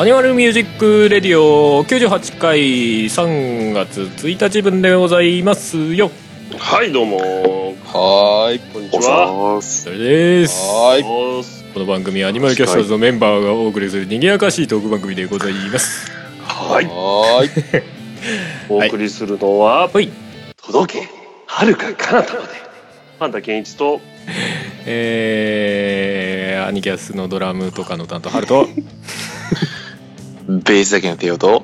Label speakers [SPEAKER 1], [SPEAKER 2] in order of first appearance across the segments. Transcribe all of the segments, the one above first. [SPEAKER 1] アニマルミュージックレディオ98回3月1日分でございますよ
[SPEAKER 2] はいどうも
[SPEAKER 3] はーい。
[SPEAKER 2] こんにち
[SPEAKER 3] お
[SPEAKER 2] は
[SPEAKER 3] はー
[SPEAKER 1] それです
[SPEAKER 3] はーい。
[SPEAKER 2] おーす
[SPEAKER 1] この番組はアニマルキャスターズのメンバーがお送りする賑やかしいトーク番組でございます
[SPEAKER 2] はい
[SPEAKER 3] はーい。
[SPEAKER 2] お送りするのは
[SPEAKER 1] はい
[SPEAKER 2] 「届けはるか彼方まで」パンダ健一と
[SPEAKER 1] えー、アニキャスのドラムとかの担当ハルト
[SPEAKER 4] ベースだけの手をと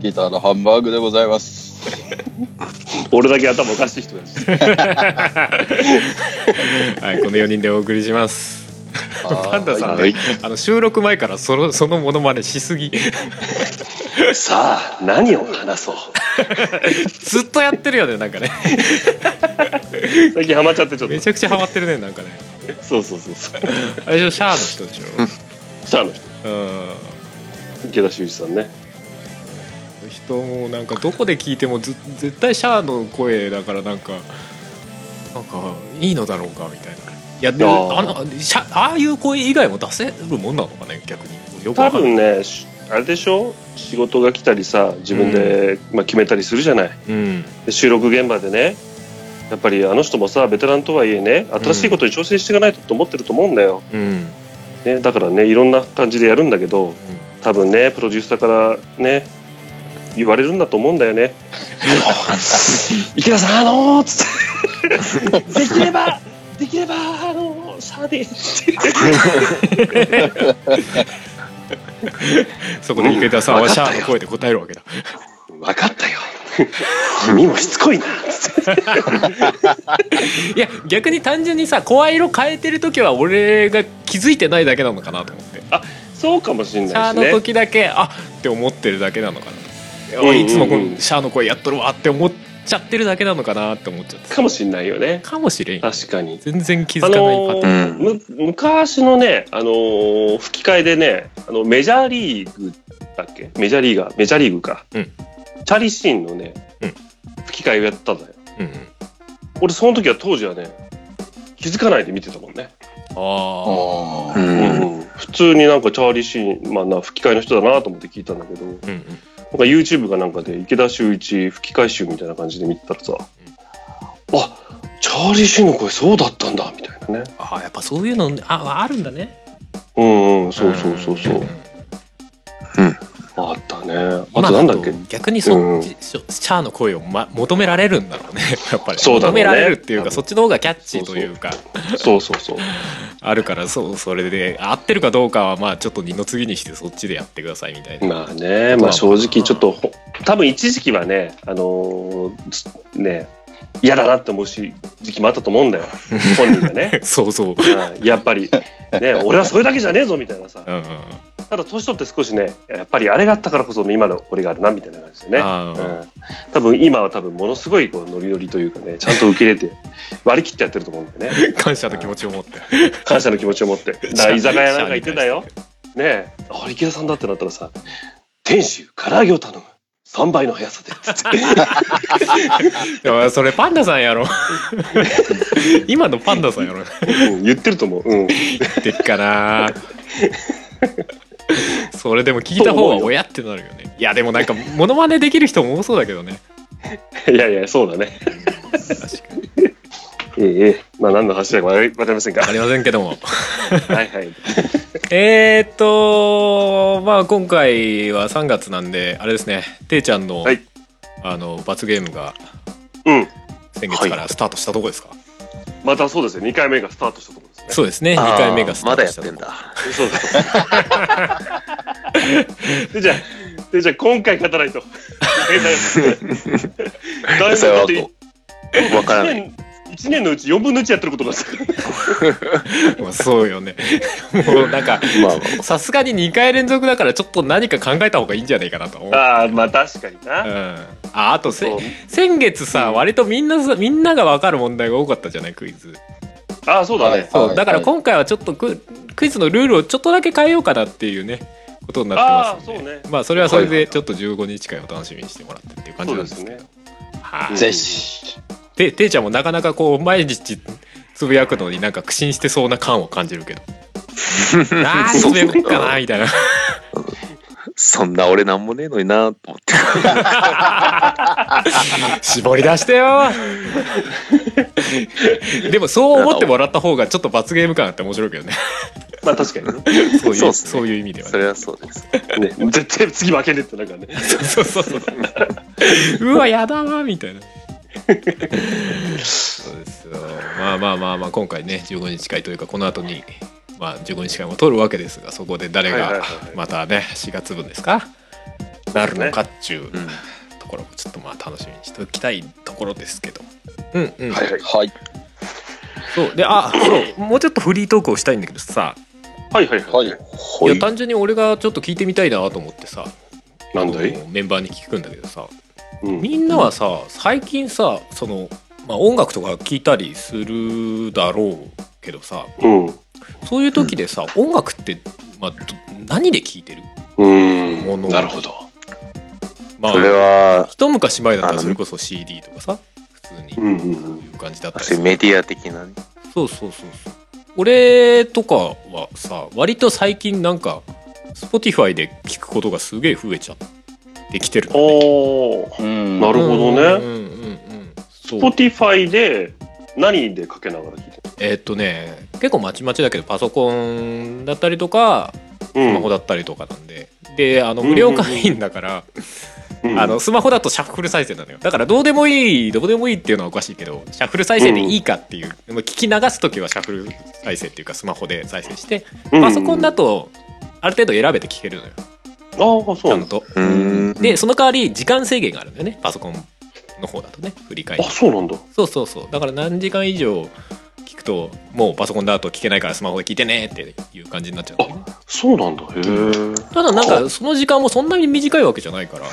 [SPEAKER 3] ギターのハンバーグでございます。
[SPEAKER 2] 俺だけ頭おかしい人だし
[SPEAKER 1] はいこの4人でお送りしますパンダさん、
[SPEAKER 4] はい
[SPEAKER 1] あの収録前からそのそのモノマネしすぎ
[SPEAKER 2] さあ何を話そう
[SPEAKER 1] ずっとやってるよねなんかね
[SPEAKER 2] 最近ハマっちゃってちょっ
[SPEAKER 1] めちゃくちゃハマってるねなんかね
[SPEAKER 2] とそうそうそうそう
[SPEAKER 1] あれでしょシャアの人でし
[SPEAKER 2] シャアの人
[SPEAKER 1] ょうん
[SPEAKER 2] 池田修一さんね
[SPEAKER 1] 人もなんかどこで聞いてもず絶対シャアの声だからなんかなんかいいのだろうかみたいないやでもあ
[SPEAKER 2] あー
[SPEAKER 1] のシャああいう声以外も出せるもんなのかね逆によく
[SPEAKER 2] 多
[SPEAKER 1] わかんない
[SPEAKER 2] 分ねしあれでしょ仕事が来たりさ自分で、まあ、決めたりするじゃない
[SPEAKER 1] うん
[SPEAKER 2] で収録現場でねやっぱりあの人もさベテランとはいえね新しいことに挑戦していかないとと思ってると思うんだよ、
[SPEAKER 1] うん
[SPEAKER 2] ね、だからねいろんな感じでやるんだけど多分ねプロデューサーからね言われるんだと思うんだよね池田さんあのー、つってできればできればあのー、シャーで
[SPEAKER 1] そこで池田さんはシャアの声で答えるわけだ
[SPEAKER 2] 分かったよ君もしつこいなつって
[SPEAKER 1] いや逆に単純にさ声色変えてる時は俺が気づいてないだけなのかなと思って
[SPEAKER 2] そうかもしれ
[SPEAKER 1] シャ
[SPEAKER 2] な
[SPEAKER 1] ア
[SPEAKER 2] い
[SPEAKER 1] の
[SPEAKER 2] しね
[SPEAKER 1] 時だけあって思ってるだけなのかな、
[SPEAKER 2] うんうんうん
[SPEAKER 1] いつもこのシャアの声やっとるわって思っちゃってるだけなのかなって思っちゃって
[SPEAKER 2] かもしれないよね
[SPEAKER 1] かもしれん
[SPEAKER 2] 確かに
[SPEAKER 1] 全然気づ
[SPEAKER 2] あ
[SPEAKER 1] かないパ
[SPEAKER 2] の
[SPEAKER 1] ターン、
[SPEAKER 2] ーむ昔のね、あのー吹き替えでねあのメジャーリーグだっけメジャーリーガーメジャーリーグか、
[SPEAKER 1] うん
[SPEAKER 2] チャリシーンのね、
[SPEAKER 1] うん
[SPEAKER 2] 吹き替えをやったんだよ
[SPEAKER 1] うん
[SPEAKER 2] 俺その時は当時はね気づかないで見てたもんね、
[SPEAKER 1] あ
[SPEAKER 4] う。
[SPEAKER 2] うんん普通になんかチャーリー・シーン、まあ、な吹き替えの人だなと思って聞いたんだけどなんか
[SPEAKER 1] あ、うん
[SPEAKER 2] YouTube かなんかで池田秀一吹き替え集みたいな感じで見てたらさ、あチャーリー・シーンの声そうだったんだみたいなね
[SPEAKER 1] あーやっぱそういうのああるんだね
[SPEAKER 2] うんうんそうそうそうそう、あったねあとなんだっけ
[SPEAKER 1] 今逆にそ、
[SPEAKER 2] うん
[SPEAKER 1] シャアの声を、ま、求められるんだろうね やっぱり
[SPEAKER 2] そうだろ
[SPEAKER 1] 求め
[SPEAKER 2] うね
[SPEAKER 1] られるっていうか
[SPEAKER 2] 多分
[SPEAKER 1] そっちの方がキャッチーというか
[SPEAKER 2] そうそうそう
[SPEAKER 1] あるからそうそれで合ってるかどうかはまあちょっと二の次にしてそっちでやってくださいみたいな、
[SPEAKER 2] まあね、まあ正直ちょっとほ多分一時期はね、あのーつね嫌だなって思うし時期もあったと思う んだよ本人がね。
[SPEAKER 1] そうそう
[SPEAKER 2] うんやっぱり、ね、俺はそれだけじゃねえぞみたいなさ
[SPEAKER 1] うんうんうん
[SPEAKER 2] ただ年取って少しねやっぱりあれがあったからこそ今の俺があるなみたいな感じでね、
[SPEAKER 1] あ
[SPEAKER 2] う
[SPEAKER 1] ー
[SPEAKER 2] ん、多分今は多分ものすごいこうノリノリというかねちゃんと受け入れて割り切ってやってると思うんだよね
[SPEAKER 1] 感謝の気持ちを持って
[SPEAKER 2] 感謝の気持ちを持 ってだから居酒屋なんか行ってたよ
[SPEAKER 1] シャアに対して
[SPEAKER 2] ねえ、あ池田さんだってなったらさ、天使、唐揚げを頼む。3倍の速さで。つって
[SPEAKER 1] いやそれパンダさんやろ今のパンダさんやろ
[SPEAKER 2] うん言ってると思う。うん。
[SPEAKER 1] ってっかなそれでも聞いた方が親ってなるよねいやでもなんかモノマネできる人も多そうだけどね
[SPEAKER 2] いやいや、そうだね。ええええ、まあ何の話だかわかりわかりませんが。
[SPEAKER 1] ありませんけども
[SPEAKER 2] はいはい。
[SPEAKER 1] えーっとまあ今回は3月なんであれですねていちゃんの、
[SPEAKER 2] はい
[SPEAKER 1] あの罰ゲームが
[SPEAKER 2] うん。
[SPEAKER 1] 先月からスタートしたとこですか、
[SPEAKER 2] またそうですね、2回目がスタートしたところですね。
[SPEAKER 1] そうですね2回目がスター
[SPEAKER 4] まだ
[SPEAKER 1] ト
[SPEAKER 4] やっ
[SPEAKER 1] したと
[SPEAKER 4] てん
[SPEAKER 1] こ
[SPEAKER 4] だ。
[SPEAKER 2] そうです。で、じゃあ、で、じゃあ今回勝た ないと。 だいぶ
[SPEAKER 4] それ
[SPEAKER 2] だ
[SPEAKER 4] は
[SPEAKER 2] って
[SPEAKER 4] とわからない。
[SPEAKER 2] 1年、1年のうち4分の1やってることが
[SPEAKER 1] まあそうよねもうなんか
[SPEAKER 4] まあま
[SPEAKER 1] さすがに2回連続だからちょっと何か考えた方がいいんじゃないかなと思う
[SPEAKER 2] ああ、まあ確かにな
[SPEAKER 1] うん。ああとせ
[SPEAKER 2] そう
[SPEAKER 1] 先月さ、割とみんなさみんなが分かる問題が多かったじゃないクイズ
[SPEAKER 2] ああ、そうだね。
[SPEAKER 1] そう、
[SPEAKER 3] はい
[SPEAKER 1] だから今回はちょっとククイズのルールをちょっとだけ変えようかなっていうねことになって
[SPEAKER 2] あ
[SPEAKER 1] ま
[SPEAKER 2] あ、
[SPEAKER 1] す
[SPEAKER 2] そ
[SPEAKER 1] ん
[SPEAKER 2] う
[SPEAKER 1] で
[SPEAKER 2] ね。
[SPEAKER 1] まあそれはそれでちょっと15日間を楽しみにしてもらってっていう感
[SPEAKER 2] そ
[SPEAKER 1] じ
[SPEAKER 2] う
[SPEAKER 1] なん
[SPEAKER 2] で
[SPEAKER 1] です
[SPEAKER 2] す
[SPEAKER 1] けど
[SPEAKER 2] ね。
[SPEAKER 1] はい、
[SPEAKER 2] うん
[SPEAKER 3] ぜひ。
[SPEAKER 1] でていちゃんもなかなかこう毎日つぶやくのになんか苦心してそうな感を感じるけどあーつぶやくかなみたいな
[SPEAKER 4] そんな俺なんもねえのになと思って。
[SPEAKER 1] 絞り出してよでもそう思ってもらった方がちょっと罰ゲーム感あって面白いけどね
[SPEAKER 2] まあ確かにね。
[SPEAKER 1] そういう
[SPEAKER 4] そう
[SPEAKER 1] そ
[SPEAKER 4] っ
[SPEAKER 1] う
[SPEAKER 4] すね
[SPEAKER 1] いう意味では
[SPEAKER 4] そ
[SPEAKER 1] ね
[SPEAKER 4] れはそうです。
[SPEAKER 2] ね 絶対次負けねえってなんかね。
[SPEAKER 1] そうそうそう うわやだわみたいなそうですよまあまあまあまあ今回ね15日会というかこの後にまあ15日会も取るわけですがそこで誰
[SPEAKER 2] はいはい
[SPEAKER 1] が
[SPEAKER 2] はいはい
[SPEAKER 1] またね4月分ですかなるのかっちゅう
[SPEAKER 4] うん。
[SPEAKER 1] ところもちょっとまあ楽しみにしておきたいところですけどうんうん、
[SPEAKER 2] はいはい。
[SPEAKER 3] はい。
[SPEAKER 1] そうであそうもうちょっとフリートークをしたいんだけどさ
[SPEAKER 2] はいはいは。
[SPEAKER 3] はいい。
[SPEAKER 1] い
[SPEAKER 4] ほ
[SPEAKER 1] や
[SPEAKER 4] い。
[SPEAKER 1] 単純に俺がちょっと聞いてみたいなと思ってさ
[SPEAKER 2] なんだ
[SPEAKER 1] あ
[SPEAKER 2] い
[SPEAKER 1] のメンバーに聞くんだけどさ
[SPEAKER 2] うん。
[SPEAKER 1] みんなはさ最近さその、まあ、音楽とか聴いたりするだろうけどさ
[SPEAKER 2] うん。
[SPEAKER 1] そういう時でさ、音楽って、まあ、ど何で聴いてる
[SPEAKER 2] うん。
[SPEAKER 1] もの
[SPEAKER 3] なるほど。
[SPEAKER 1] まあ
[SPEAKER 4] それは、
[SPEAKER 1] 一昔前だった
[SPEAKER 4] あ
[SPEAKER 1] ら
[SPEAKER 4] の
[SPEAKER 1] それこそ CD とかさ普通に
[SPEAKER 2] うんうんうん
[SPEAKER 1] いう感じだったり
[SPEAKER 4] そういうメディア的なね。
[SPEAKER 1] そうそうそうそう俺とかはさ割と最近なんか Spotify で聴くことがすげえ増えちゃってきてるんだね
[SPEAKER 2] おー。
[SPEAKER 3] うん
[SPEAKER 2] なるほどね
[SPEAKER 1] うんうんうんうんそう
[SPEAKER 2] Spotify で何でかけながら聞いて
[SPEAKER 1] えーっとね結構まちまちだけどパソコンだったりとか
[SPEAKER 2] る
[SPEAKER 1] スマホだったりとかなんで、であの無料会員だから、
[SPEAKER 2] うん
[SPEAKER 1] あのスマホだとシャッフル再生なのよだからどうでもいいどうでもいいっていうのはおかしいけどシャッフル再生でいいかっていう、でも聞き流す時はシャッフル再生っていうかスマホで再生してパソコンだとある程度選べて聞けるのよ
[SPEAKER 2] ああ
[SPEAKER 1] ち
[SPEAKER 2] そう
[SPEAKER 1] ゃ
[SPEAKER 2] なん
[SPEAKER 1] ん
[SPEAKER 2] だ
[SPEAKER 1] と、
[SPEAKER 4] うーん。
[SPEAKER 1] でその代わり時間制限があるんだよねパソコンの方だとね振り返
[SPEAKER 2] あ
[SPEAKER 1] り
[SPEAKER 2] そうなんだ
[SPEAKER 1] そうそうそうだから何時間以上聞くともうパソコンだと聞けないからスマホで聞いてねっていう感じになっちゃうんだよね
[SPEAKER 2] そうなんだへえ
[SPEAKER 1] ただなんかその時間もそんなに短いわけじゃないから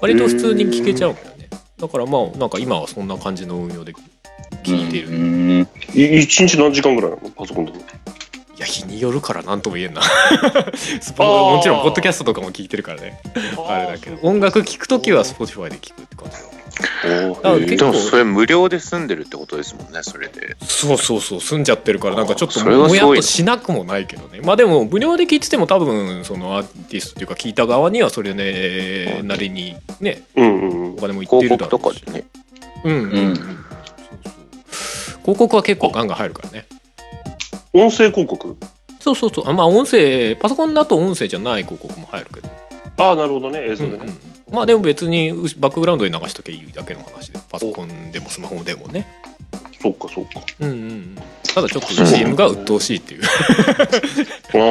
[SPEAKER 1] 割と普通に聞けちゃうんだよねだからまあなんか今はそんな感じの運用で聞いてる、
[SPEAKER 3] う
[SPEAKER 1] い
[SPEAKER 3] ん。
[SPEAKER 2] 一日何時間ぐらいなのパソコンで
[SPEAKER 1] や日によるから何とも言えんなスポもちろんポッドキャストとかも聞いてるからねあれだけど音楽聞くときは Spotify で聞くって感じだね
[SPEAKER 2] あ
[SPEAKER 1] だから結
[SPEAKER 4] で
[SPEAKER 1] 構
[SPEAKER 4] もそれ無料で済んでるってことですもんね、それで。
[SPEAKER 1] そうそうそう住んじゃってるからなんかちょっと
[SPEAKER 4] あそれは
[SPEAKER 1] も
[SPEAKER 4] すごい
[SPEAKER 1] や
[SPEAKER 4] な
[SPEAKER 1] っとしなくもないけどねまあでも無料で聞いてても多分そのアーティストっていうか聞いた側にはそれねなりにね
[SPEAKER 2] うんうん
[SPEAKER 1] お金もいって
[SPEAKER 4] 広
[SPEAKER 1] る
[SPEAKER 4] 告
[SPEAKER 1] だろ
[SPEAKER 4] と
[SPEAKER 1] う
[SPEAKER 4] か
[SPEAKER 1] し
[SPEAKER 4] でね。
[SPEAKER 1] うんうん、
[SPEAKER 3] うん
[SPEAKER 1] 広告は結構ガンガン入るからね
[SPEAKER 2] 音声広告
[SPEAKER 1] そうそうそうあまあ音声パソコンだと音声じゃない広告も入るけど、
[SPEAKER 2] ああなるほどね映像
[SPEAKER 1] う
[SPEAKER 2] で
[SPEAKER 1] んう
[SPEAKER 2] ね
[SPEAKER 1] んまあでも別にうしバックグラウンドに流しとけばいいだけの話でパソコンでもスマホでもね
[SPEAKER 2] そっかそっか
[SPEAKER 1] うんうんうんただちょっと CM が鬱陶しいっていう
[SPEAKER 2] ああなる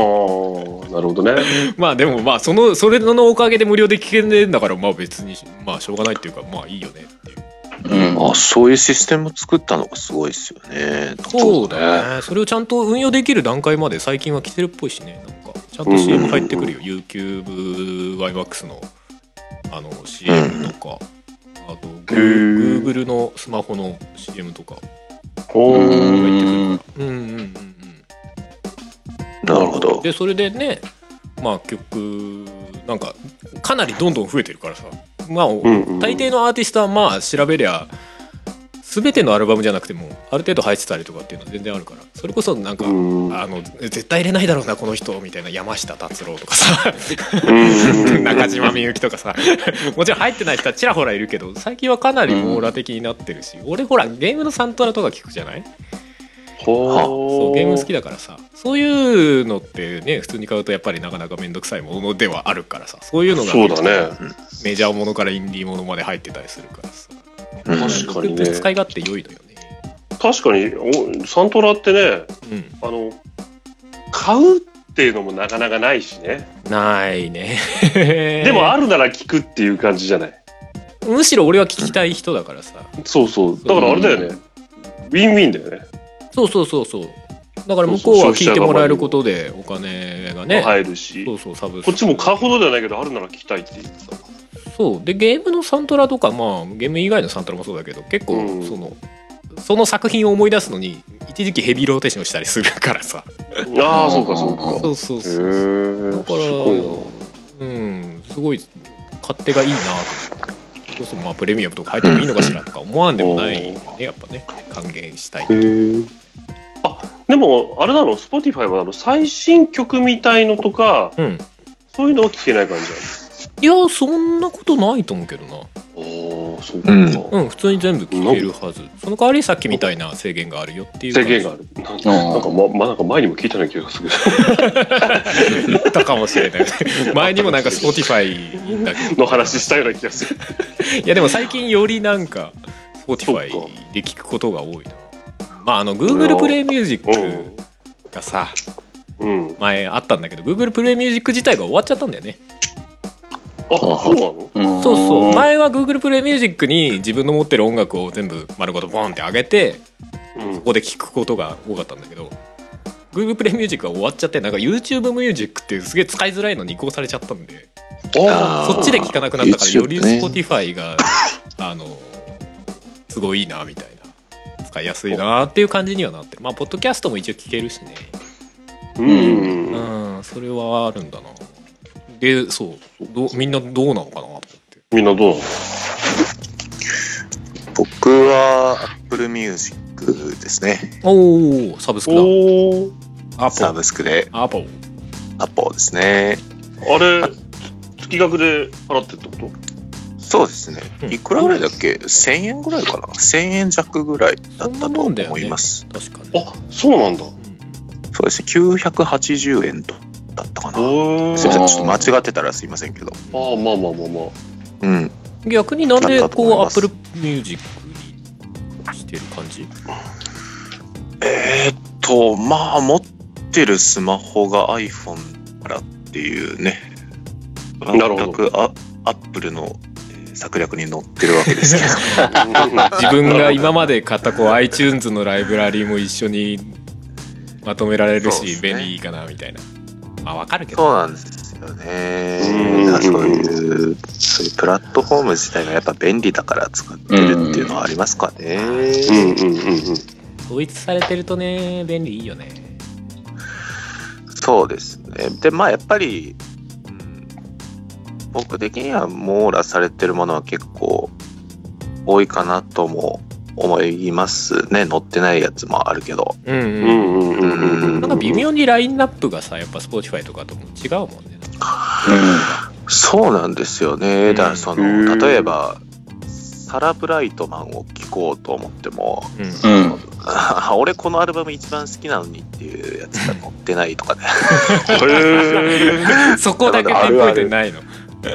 [SPEAKER 2] ほどね
[SPEAKER 1] まあでもまあそのそれのおかげで無料で聞けるんだからまあ別にまあしょうがないっていうかまあいいよねっていう
[SPEAKER 3] うん。
[SPEAKER 4] あ、そういうシステム作ったのがすごいですよね。
[SPEAKER 1] そうだねそれをちゃんと運用できる段階まで最近は来てるっぽいしねなんかちゃんと
[SPEAKER 2] うんうんうん
[SPEAKER 1] CM 入ってくるよ YouTubeYMAX のあの CM とか、あとグー
[SPEAKER 2] ー
[SPEAKER 1] Google のスマホの CM とか
[SPEAKER 2] おお
[SPEAKER 3] う
[SPEAKER 1] う
[SPEAKER 3] ん
[SPEAKER 1] んうんうんうん
[SPEAKER 4] なるほど。
[SPEAKER 1] でそれでねまあ曲なんかかなりどんどん増えてるからさまあ大抵のアーティストはまあ調べりゃ全てのアルバムじゃなくてもある程度入ってたりとかっていうのは全然あるからそれこそなんか、
[SPEAKER 2] うん
[SPEAKER 1] あの絶対入れないだろうなこの人みたいな山下達郎とかさ 中島みゆきとかさ もちろん入ってない人はちらほらいるけど最近はかなり網羅的になってるし、俺ほらゲームのサントラとか聞くじゃないそうゲーム好きだからさそういうのってね普通に買うとやっぱりなかなか面倒くさいものではあるからさそういうのが
[SPEAKER 2] そうだね
[SPEAKER 1] メジャーものからインディーものまで入ってたりするからさ
[SPEAKER 4] うん
[SPEAKER 2] 確かにね
[SPEAKER 1] ぶつ使い勝手良いのよね
[SPEAKER 2] 確かにおサントラってね
[SPEAKER 1] うん
[SPEAKER 2] あの買うっていうのもなかなかないしね、
[SPEAKER 1] ないね
[SPEAKER 2] でもあるなら聞くっていう感じじゃない
[SPEAKER 1] むしろ俺は聞きたい人だからさ
[SPEAKER 2] そうそうだからあれだよね、ウィンウィンだよね
[SPEAKER 1] そうそうそうそうだから向こうは聞いてもらえることでお金がね
[SPEAKER 2] 入るし
[SPEAKER 1] そうそうサブスク
[SPEAKER 2] こっちも買うほどではないけどあるなら聞きたいっていうさ
[SPEAKER 1] そうでゲームのサントラとかまあゲーム以外のサントラもそうだけど結構
[SPEAKER 2] うん
[SPEAKER 1] その、その作品を思い出すのに1一時期ヘビーローテーションしたりするからさ
[SPEAKER 2] ああ、そうか、そうか。
[SPEAKER 1] そうそう
[SPEAKER 4] へ
[SPEAKER 1] そうだ
[SPEAKER 4] ー
[SPEAKER 1] から
[SPEAKER 2] すごいな
[SPEAKER 1] うんすごい勝手がいいなとそれこそまあプレミアムとか入ってもいいのかしらとか思わんでもないよねやっぱね還元したい
[SPEAKER 2] でも、あれなの、Spotify はあの最新曲みたいのとか、
[SPEAKER 1] うん
[SPEAKER 2] そういうのは聞けない感じ
[SPEAKER 1] いやそんなことないと思うけどな
[SPEAKER 2] ああ、そう
[SPEAKER 4] かうん
[SPEAKER 1] うん普通に全部聞けるはずその代わりさっきみたいな制限があるよっていう
[SPEAKER 2] 制限が
[SPEAKER 1] あ
[SPEAKER 2] ある。なんか、
[SPEAKER 3] な
[SPEAKER 2] なんかま、まなんか前にも聞いたような気がする
[SPEAKER 1] ったかもしれない前にもなんか Spotify だけ
[SPEAKER 2] けど、の話したような気がする。
[SPEAKER 1] どいやでも最近よりなんか Spotify
[SPEAKER 2] そっか
[SPEAKER 1] で聞くことが多いなまああの Google プレイミュージックがさ
[SPEAKER 2] うん。うん。
[SPEAKER 1] 前あったんだけど Google プレイミュージック自体が終わっちゃったんだよね
[SPEAKER 2] あ、そうなの
[SPEAKER 3] うん
[SPEAKER 1] そうそう前は Google プレイミュージックに自分の持ってる音楽を全部丸ごとボンって上げて
[SPEAKER 2] うん
[SPEAKER 1] こ。こで聞くことが多かったんだけど Google プレイミュージックが終わっちゃってなんか YouTube ミュージックっていうすげえ使いづらいのに移行されちゃったんで
[SPEAKER 4] あー
[SPEAKER 1] そっちで聞かなくなったからより
[SPEAKER 4] YouTube ね
[SPEAKER 1] Spotify が、 あのすごいいいなみたいな使いやすいなっていう感じにはなってるまあポッドキャストも一応聞けるしね
[SPEAKER 2] うん。うん
[SPEAKER 1] うんそれはあるんだなでそうどうみんなどうなのかなと思って
[SPEAKER 2] みんなどうなの
[SPEAKER 5] 僕は Apple Music ですね。
[SPEAKER 1] おおサブスクだ
[SPEAKER 2] おー
[SPEAKER 1] アポ
[SPEAKER 5] サブスクで
[SPEAKER 1] アポ
[SPEAKER 5] アポですね。
[SPEAKER 2] あれ、月額で払ってってこと
[SPEAKER 5] そうですね
[SPEAKER 1] う。ん
[SPEAKER 5] いくらぐらいだっけ ?1000 円ぐらいかな ?1000 円弱ぐらいだったと思います。
[SPEAKER 1] 確かに
[SPEAKER 2] あ、そうなんだ。
[SPEAKER 5] そうですね。980円とだったかな。
[SPEAKER 2] お
[SPEAKER 5] すいませ
[SPEAKER 2] ー
[SPEAKER 5] ん。ちょっと間違ってたらすいませんけど。
[SPEAKER 2] あーまあまあまあまあ。
[SPEAKER 5] うん。
[SPEAKER 1] うん逆になんで
[SPEAKER 5] なんだと思い
[SPEAKER 1] こう
[SPEAKER 5] ま
[SPEAKER 1] Apple
[SPEAKER 5] す
[SPEAKER 1] Music にしてる感じ
[SPEAKER 5] えーっと、まあ、持ってるスマホが iPhone からっていうね。
[SPEAKER 2] なるほど
[SPEAKER 5] 全くアアップルのえー策略に乗ってるわけですけど。
[SPEAKER 1] 自分が今まで買ったこう iTunes のライブラリーも一緒にまとめられる
[SPEAKER 5] そうで
[SPEAKER 1] し
[SPEAKER 5] すね
[SPEAKER 1] 便利いいかなみたいなまあわかるけど
[SPEAKER 5] そうなんですよね
[SPEAKER 2] うん。
[SPEAKER 5] そういう、そういうプラットフォーム自体がやっぱ便利だから使ってるっていうのはありますかね。
[SPEAKER 2] うんうんうんうん。
[SPEAKER 1] 統一されてるとね便利いいよね
[SPEAKER 5] そうですね。で、まあやっぱり、うん僕的には網羅されてるものは結構多いかなとも思いますね。載ってないやつもあるけど。
[SPEAKER 1] うん
[SPEAKER 2] う
[SPEAKER 1] うん
[SPEAKER 2] んうんうんうんうん。
[SPEAKER 1] なんか微妙にラインナップがさやっぱ Spotify とかとも違うもんね
[SPEAKER 5] そうなんですよね。だからその、
[SPEAKER 2] うん
[SPEAKER 5] 例えば、サラ・ブライトマンを聴こうと思っても、
[SPEAKER 1] うん
[SPEAKER 3] うんうん
[SPEAKER 5] あ俺このアルバム一番好きなのにっていうやつが載ってないとかね
[SPEAKER 2] へ ー
[SPEAKER 1] そこだけピンポイントにないの
[SPEAKER 5] ち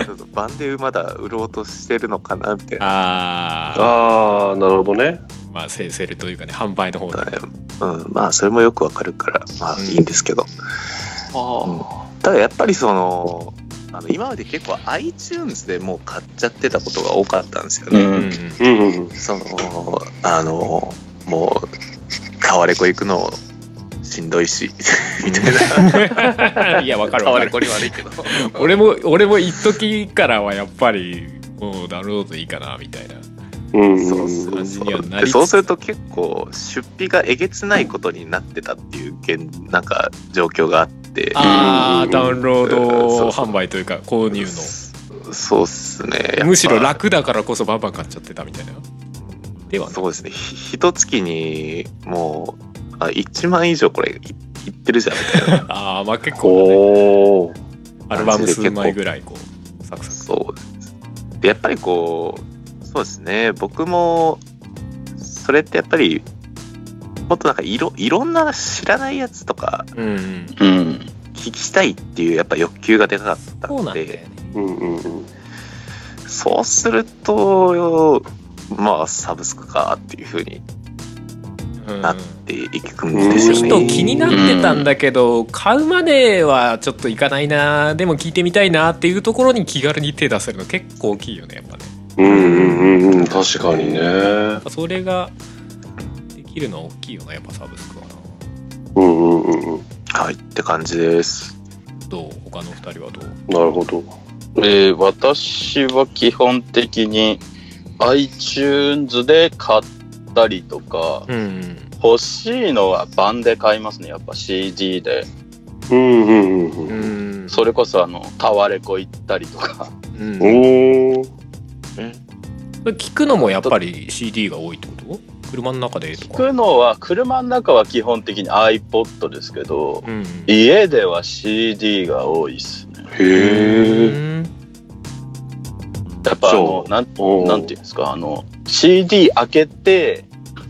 [SPEAKER 5] ょっとバンデウまだ売ろうとしてるのかなみたいな、
[SPEAKER 1] ああ
[SPEAKER 2] ああ、なるほどね。
[SPEAKER 1] まあセセールというかね販売の方で
[SPEAKER 5] うん、まあそれもよくわかるからまあいいんですけど、うんただやっぱりそのあの今まで結構 iTunes でもう買っちゃってたことが多かったんですよ
[SPEAKER 3] う
[SPEAKER 5] ね、
[SPEAKER 1] うん
[SPEAKER 2] う
[SPEAKER 3] ん
[SPEAKER 2] んうん。
[SPEAKER 5] そのあのもうタワレコ行くのしんどいしみたいな
[SPEAKER 1] うんいやわかる
[SPEAKER 5] タワ
[SPEAKER 1] わか
[SPEAKER 5] レ
[SPEAKER 1] る
[SPEAKER 5] コに悪いけど
[SPEAKER 1] 俺も俺も一時からはやっぱりもうダウンロードいいかなみたいな
[SPEAKER 2] うんうん
[SPEAKER 5] そうそ
[SPEAKER 1] 感
[SPEAKER 5] う
[SPEAKER 1] じ
[SPEAKER 5] そ
[SPEAKER 1] にはな
[SPEAKER 5] うで
[SPEAKER 1] りつつ
[SPEAKER 5] そうすると結構出費がえげつないことになってたっていう現なんか状況があって
[SPEAKER 1] あ
[SPEAKER 2] う
[SPEAKER 1] ー
[SPEAKER 2] ん
[SPEAKER 1] ダウンロー
[SPEAKER 5] そ
[SPEAKER 1] ド
[SPEAKER 5] うそう
[SPEAKER 1] 販売というか購入
[SPEAKER 5] そうっすねやっぱ
[SPEAKER 1] のむしろ楽だからこそバンバン買っちゃってたみたいなではね
[SPEAKER 5] そうですねひ一月にもうあ1万以上これいいってるじゃんみたいな
[SPEAKER 1] ああまあ結構、ね、
[SPEAKER 2] おお。
[SPEAKER 1] アルバム数枚ぐらいこうサクサ
[SPEAKER 5] そうですでやっぱりこうそうですね僕もそれってやっぱりもっとなんかいろいろんな知らないやつとか
[SPEAKER 1] クうん
[SPEAKER 3] うん
[SPEAKER 5] 聞きたいっていうやっぱ欲求がでかかった
[SPEAKER 1] そう
[SPEAKER 5] ん
[SPEAKER 1] なんだよ
[SPEAKER 5] で
[SPEAKER 1] ね
[SPEAKER 2] うんうんうん。
[SPEAKER 5] そうするとよ、まあ、サブスクかっていうふうに
[SPEAKER 1] うん
[SPEAKER 5] なっていくんです
[SPEAKER 1] ち
[SPEAKER 5] よ
[SPEAKER 1] ょっ
[SPEAKER 5] ね。
[SPEAKER 1] と気になってたんだけど買うまではちょっといかないなでも聞いてみたいなっていうところに気軽に手出せるの結構大きいよねやっぱね
[SPEAKER 2] うんうんうんうん。確かにね。
[SPEAKER 1] やっぱそれができるのは大きいよなやっぱサブスクはな
[SPEAKER 2] うんうんうんうん。
[SPEAKER 5] はい、って感じです。
[SPEAKER 1] どう他の二人はどう
[SPEAKER 2] なるほど。
[SPEAKER 3] えー私は基本的に iTunes で買っったりとか、
[SPEAKER 1] うん
[SPEAKER 3] 欲しいのは版で買いますね、やっぱ CD で。
[SPEAKER 2] うんうんうん
[SPEAKER 1] う
[SPEAKER 2] うん
[SPEAKER 1] ん
[SPEAKER 3] それこそあの、タワレコ行ったりとか。
[SPEAKER 1] うん
[SPEAKER 2] おー
[SPEAKER 1] 聞くのもやっぱり CD が多いってこと車の中でと
[SPEAKER 3] 聞
[SPEAKER 1] か
[SPEAKER 3] くのは、車の中は基本的に iPod ですけど、
[SPEAKER 1] うん
[SPEAKER 3] 家では CD が多いですね。
[SPEAKER 2] へえ
[SPEAKER 3] やっぱあの
[SPEAKER 2] そ、
[SPEAKER 3] なん
[SPEAKER 2] おー
[SPEAKER 3] なんていうんですか、あの、CD 開けて、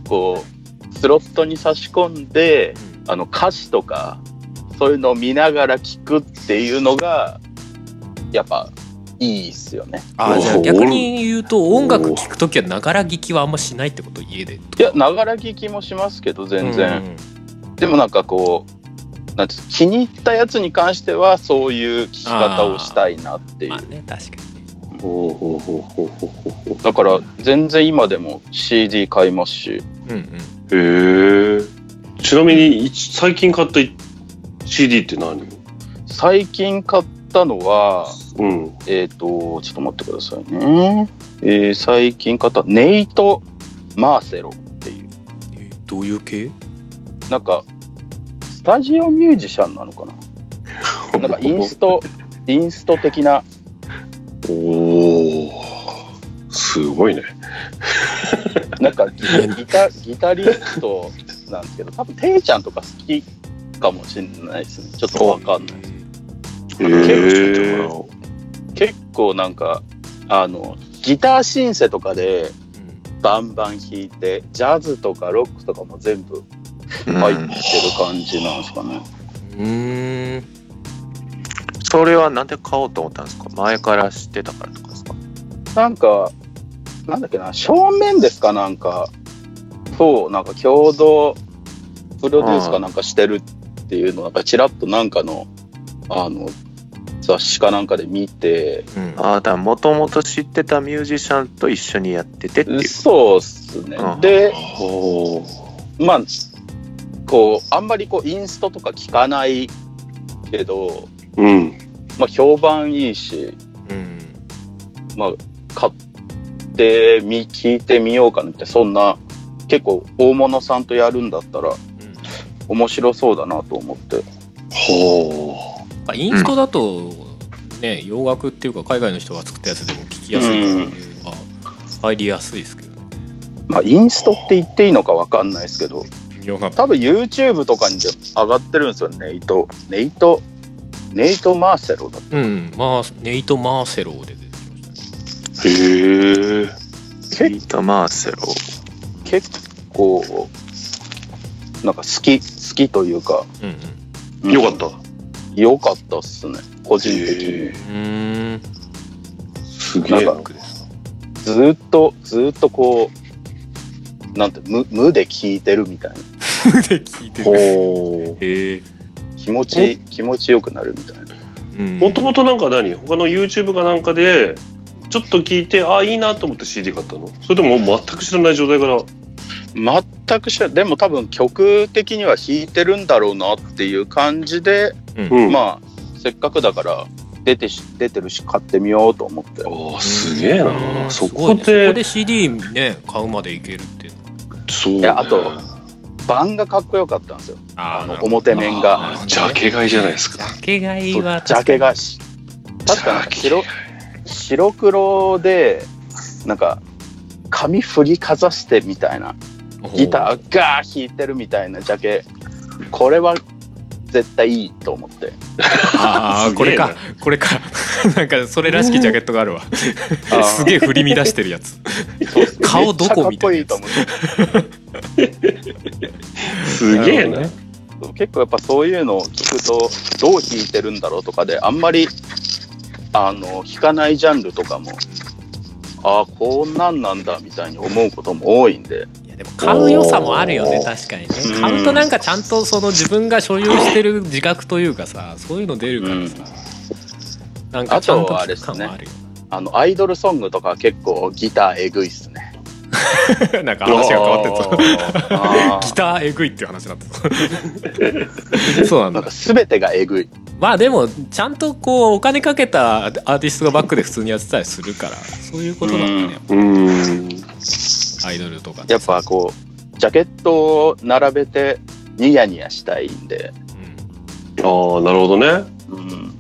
[SPEAKER 3] こう、スロットに差し込んで、あの、歌詞とか、そういうのを見ながら聞くっていうのが、やっぱ、いいっすよね。
[SPEAKER 1] あーじゃあ
[SPEAKER 2] おー
[SPEAKER 1] 逆に言うと音楽聴くときはながら聞きはあんましないってこと家で
[SPEAKER 3] いや、ながら聞きもしますけど、全然。でもなんかこう、なんていうんです気に入ったやつに関しては、そういう聞き方をしたいなって
[SPEAKER 1] うん
[SPEAKER 3] いう
[SPEAKER 1] まあ。ね確かにね
[SPEAKER 2] ほうほうほうほうほうほうほう
[SPEAKER 3] だから、全然今でも CD 買いますし、
[SPEAKER 1] うんうん
[SPEAKER 2] へえちなみにいち最近買った CD って何
[SPEAKER 3] 最近買ったのは、
[SPEAKER 2] うん
[SPEAKER 3] えっ、と、ちょっと待ってくださいね。えー最近買った、ネイト・マーセロっていう、
[SPEAKER 1] えどういう系
[SPEAKER 3] なんか、スタジオミュージシャンなのかななんか、インスト、インスト的な、
[SPEAKER 2] おおすごいね
[SPEAKER 3] なんかギギタ、ギタリストなんですけど、多分、ていちゃんとか好きかもしれないですね。ちょっとわかんない。
[SPEAKER 2] へ
[SPEAKER 3] え
[SPEAKER 2] え
[SPEAKER 3] 結構なんか、あの、ギターシンセとかで
[SPEAKER 1] うん
[SPEAKER 3] バンバン弾いて、ジャズとかロックとかも全部入ってる感じなんですかね。
[SPEAKER 1] うーん
[SPEAKER 5] それはなんで買おうと思ったんですか前から知ってたからとかですか
[SPEAKER 3] なんか、なんだっけな、正面ですかなんか、そう、なんか共同プロデュースかなんかしてるっていうのを、なんかちらっとなんかの、あの、雑誌かなんかで見て、
[SPEAKER 1] うん
[SPEAKER 5] ああ、だからもともと知ってたミュージシャンと一緒にやっててっていう。
[SPEAKER 3] そうっすね
[SPEAKER 5] う。ん
[SPEAKER 3] で、
[SPEAKER 2] おー
[SPEAKER 3] まあ、こう、あんまりこう、インストとか聞かないけど、
[SPEAKER 2] うん
[SPEAKER 3] まあ、評判いいし、
[SPEAKER 1] うん
[SPEAKER 3] まあ、買ってみ、聞いてみようかなって、そんな、結構大物さんとやるんだったら、
[SPEAKER 1] うん
[SPEAKER 3] 面白そうだなと思って。
[SPEAKER 2] ほ
[SPEAKER 1] まあインストだと、ね洋楽っていうか海外の人が作ったやつでも聞きやすいっていうのが入りやすいですけどね
[SPEAKER 3] まあ、インストって言っていいのかわかんないですけど、
[SPEAKER 1] 微妙な
[SPEAKER 3] 多分 YouTube とかにでも上がってるんですよ、ネイト。ネイト、ネイト・マーセロだって。
[SPEAKER 1] うんまあネイト・マーセローで出てきましたね
[SPEAKER 2] うへえ
[SPEAKER 5] ピート・マーセロ。
[SPEAKER 3] 結構、なんか好き、好きというか、
[SPEAKER 1] うん
[SPEAKER 3] うん
[SPEAKER 2] よかった
[SPEAKER 3] 良かったっすね、個人
[SPEAKER 2] へ
[SPEAKER 3] 的に。
[SPEAKER 1] うんうーん
[SPEAKER 2] すげ
[SPEAKER 3] な
[SPEAKER 2] え
[SPEAKER 3] ん
[SPEAKER 2] な
[SPEAKER 3] か
[SPEAKER 1] ロックです
[SPEAKER 3] ずーっと、ずーっとこう、なんて、無無で聞いてるみたいな。
[SPEAKER 1] で聞いてる
[SPEAKER 2] ほ
[SPEAKER 1] へえ
[SPEAKER 3] 気持ち、気持ちよくなるみたいな。
[SPEAKER 1] うん
[SPEAKER 2] もともとなんか何他の YouTube かなんかでちょっと聞いてああいいなと思って CD 買ったのそれとももう全く知らない状態から
[SPEAKER 3] 全く知らない。でも多分曲的には弾いてるんだろうなっていう感じで、
[SPEAKER 2] うん
[SPEAKER 3] まあ、せっかくだから、出てし、出てるし買ってみようと思って。
[SPEAKER 2] ああすげえなそこ
[SPEAKER 1] すごいねそ
[SPEAKER 2] で
[SPEAKER 1] こで CD ね買うまでいけるっていうの
[SPEAKER 2] そう
[SPEAKER 3] いやあと版がかっこよかったんですよ。
[SPEAKER 1] あ
[SPEAKER 3] あの、表面が。
[SPEAKER 2] ジャケ買いじゃないです
[SPEAKER 1] ジ
[SPEAKER 2] か
[SPEAKER 1] ャケ買い
[SPEAKER 3] そうジ
[SPEAKER 1] は
[SPEAKER 3] ャケがし。確かなんか白、白黒で、なんか、髪振りかざしてみたいな。ギターガー弾いてるみたいなジャケこれは絶対いいと思って
[SPEAKER 1] ああこれか
[SPEAKER 2] す
[SPEAKER 1] これかなんか それらしきジャケットがあるわすげえ振り乱してるやつ顔どこ
[SPEAKER 3] めっちゃかっこいいと思って
[SPEAKER 2] すげえ
[SPEAKER 1] なる
[SPEAKER 2] な
[SPEAKER 3] 結構やっぱそういうのを聞くとどう弾いてるんだろうとかであんまりあの弾かないジャンルとかもああこんなんなんだみたいに思うことも多いんで
[SPEAKER 1] いやでも買う良さもあるよね確かにね
[SPEAKER 3] うん
[SPEAKER 1] 買うとなんかちゃんとその自分が所有してる自覚というかさそういうの出るからさ、なんかちゃんと聞く感もあるよ
[SPEAKER 3] あのアイドルソングとか結構ギターえぐいっすね
[SPEAKER 1] なんか話が変わってった
[SPEAKER 3] あ
[SPEAKER 1] ギ
[SPEAKER 3] ー
[SPEAKER 1] ターえぐいっていう話だった そうなん
[SPEAKER 3] なん
[SPEAKER 1] だ
[SPEAKER 3] か全てがえぐい
[SPEAKER 1] まあでもちゃんとこうお金かけたアーティストがバックで普通にやってたりするからそういうことなんだね
[SPEAKER 2] うん。
[SPEAKER 1] アイドルとかって
[SPEAKER 3] やっぱこうジャケットを並べてニヤニヤしたいんで、
[SPEAKER 1] うん
[SPEAKER 2] ああ、なるほどね。
[SPEAKER 3] うん、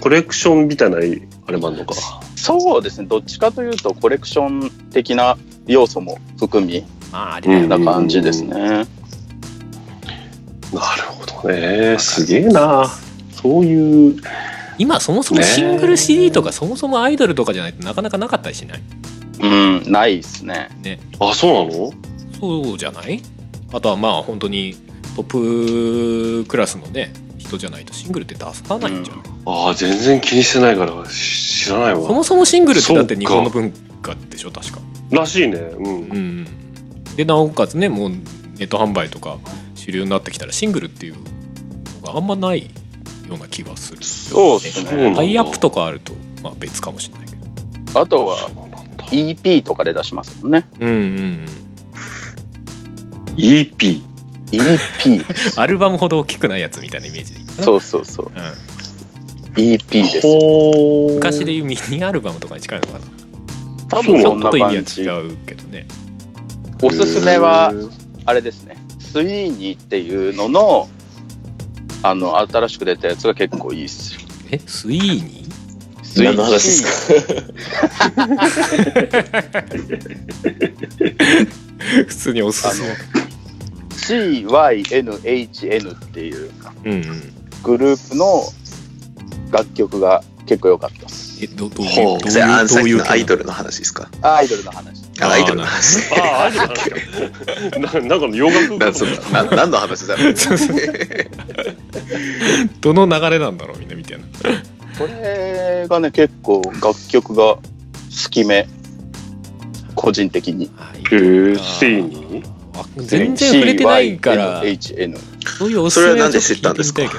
[SPEAKER 2] コレクションみたいな、あれもあんのか。
[SPEAKER 3] そうですねどっちかというとコレクション的な要素も含み
[SPEAKER 1] まああれだよね
[SPEAKER 3] な感じですね。
[SPEAKER 2] なるほどね。すげえな。そういう。
[SPEAKER 1] 今そもそもシングル CD とかそもそもアイドルとかじゃないとなかなかなかったりしない
[SPEAKER 3] うん、ないですね。
[SPEAKER 1] ね
[SPEAKER 2] あ、そうなの
[SPEAKER 1] そうじゃないあとはまあ本当にトップクラスのね人じゃないとシングルって出さないんじゃない、
[SPEAKER 2] ああ、全然気にしてないからし知らない
[SPEAKER 1] そ
[SPEAKER 2] わ。
[SPEAKER 1] もそもシングルってだって
[SPEAKER 2] そう
[SPEAKER 1] 日
[SPEAKER 2] か
[SPEAKER 1] 本の文化でしょ確から
[SPEAKER 2] しいね。うん
[SPEAKER 1] う。んでなおかつねもうネット販売とか主流になってきたらシングルっていうのがあんまないような気がする
[SPEAKER 3] そうです
[SPEAKER 2] そうなん
[SPEAKER 3] ね。
[SPEAKER 2] だ
[SPEAKER 1] タイアップとかあるとまあ別かもしれないけど
[SPEAKER 3] あとは
[SPEAKER 2] そうなんだ
[SPEAKER 3] EP とかで出しますもんね。
[SPEAKER 1] うんうんうん
[SPEAKER 2] EP。
[SPEAKER 3] EP。
[SPEAKER 1] アルバムほど大きくないやつみたいなイメージでいいかな
[SPEAKER 3] そうそうそう。
[SPEAKER 1] うん
[SPEAKER 3] EP です。
[SPEAKER 2] ほー
[SPEAKER 1] 昔でいうミニアルバムとかに近いのかな
[SPEAKER 3] 多
[SPEAKER 2] そう
[SPEAKER 3] 分
[SPEAKER 1] ち
[SPEAKER 3] そ
[SPEAKER 1] ょ
[SPEAKER 3] ん
[SPEAKER 1] っ
[SPEAKER 3] な
[SPEAKER 1] と意
[SPEAKER 3] 感
[SPEAKER 1] 味
[SPEAKER 3] じ。
[SPEAKER 1] は違うけどね
[SPEAKER 3] おすすめは
[SPEAKER 2] へ、ー
[SPEAKER 3] あれですね。スイーニーっていうのの、あの、新しく出たやつが結構いいっすよ。
[SPEAKER 1] えスイーニー
[SPEAKER 3] スイー
[SPEAKER 4] 何
[SPEAKER 3] ニー
[SPEAKER 4] の話ですか
[SPEAKER 1] 普通におすすめ
[SPEAKER 3] CYNHN っていう
[SPEAKER 1] うんうん
[SPEAKER 3] グループの楽曲が結構良かったっす。
[SPEAKER 1] えどどういう
[SPEAKER 4] ほ
[SPEAKER 1] ど
[SPEAKER 4] う。
[SPEAKER 1] う
[SPEAKER 4] それ
[SPEAKER 1] い
[SPEAKER 4] あ
[SPEAKER 1] うど
[SPEAKER 4] さっ
[SPEAKER 1] う
[SPEAKER 4] き
[SPEAKER 1] いう
[SPEAKER 4] のアイドルの話です か
[SPEAKER 3] あアイドルの話。
[SPEAKER 1] あー
[SPEAKER 4] あアイドルの話。
[SPEAKER 2] ああ、アイドルの話 か。ななんかの洋楽
[SPEAKER 4] なそうな何の話 だろう
[SPEAKER 1] どの流れなんだろうみんなみたいな
[SPEAKER 3] これがね結構楽曲が好きめ個人的に
[SPEAKER 2] へースイーニー
[SPEAKER 1] あ全然触れてないから
[SPEAKER 3] CYNHN
[SPEAKER 1] そういうおすすめ
[SPEAKER 4] それはなんで
[SPEAKER 1] ちょと聞いてみいけどね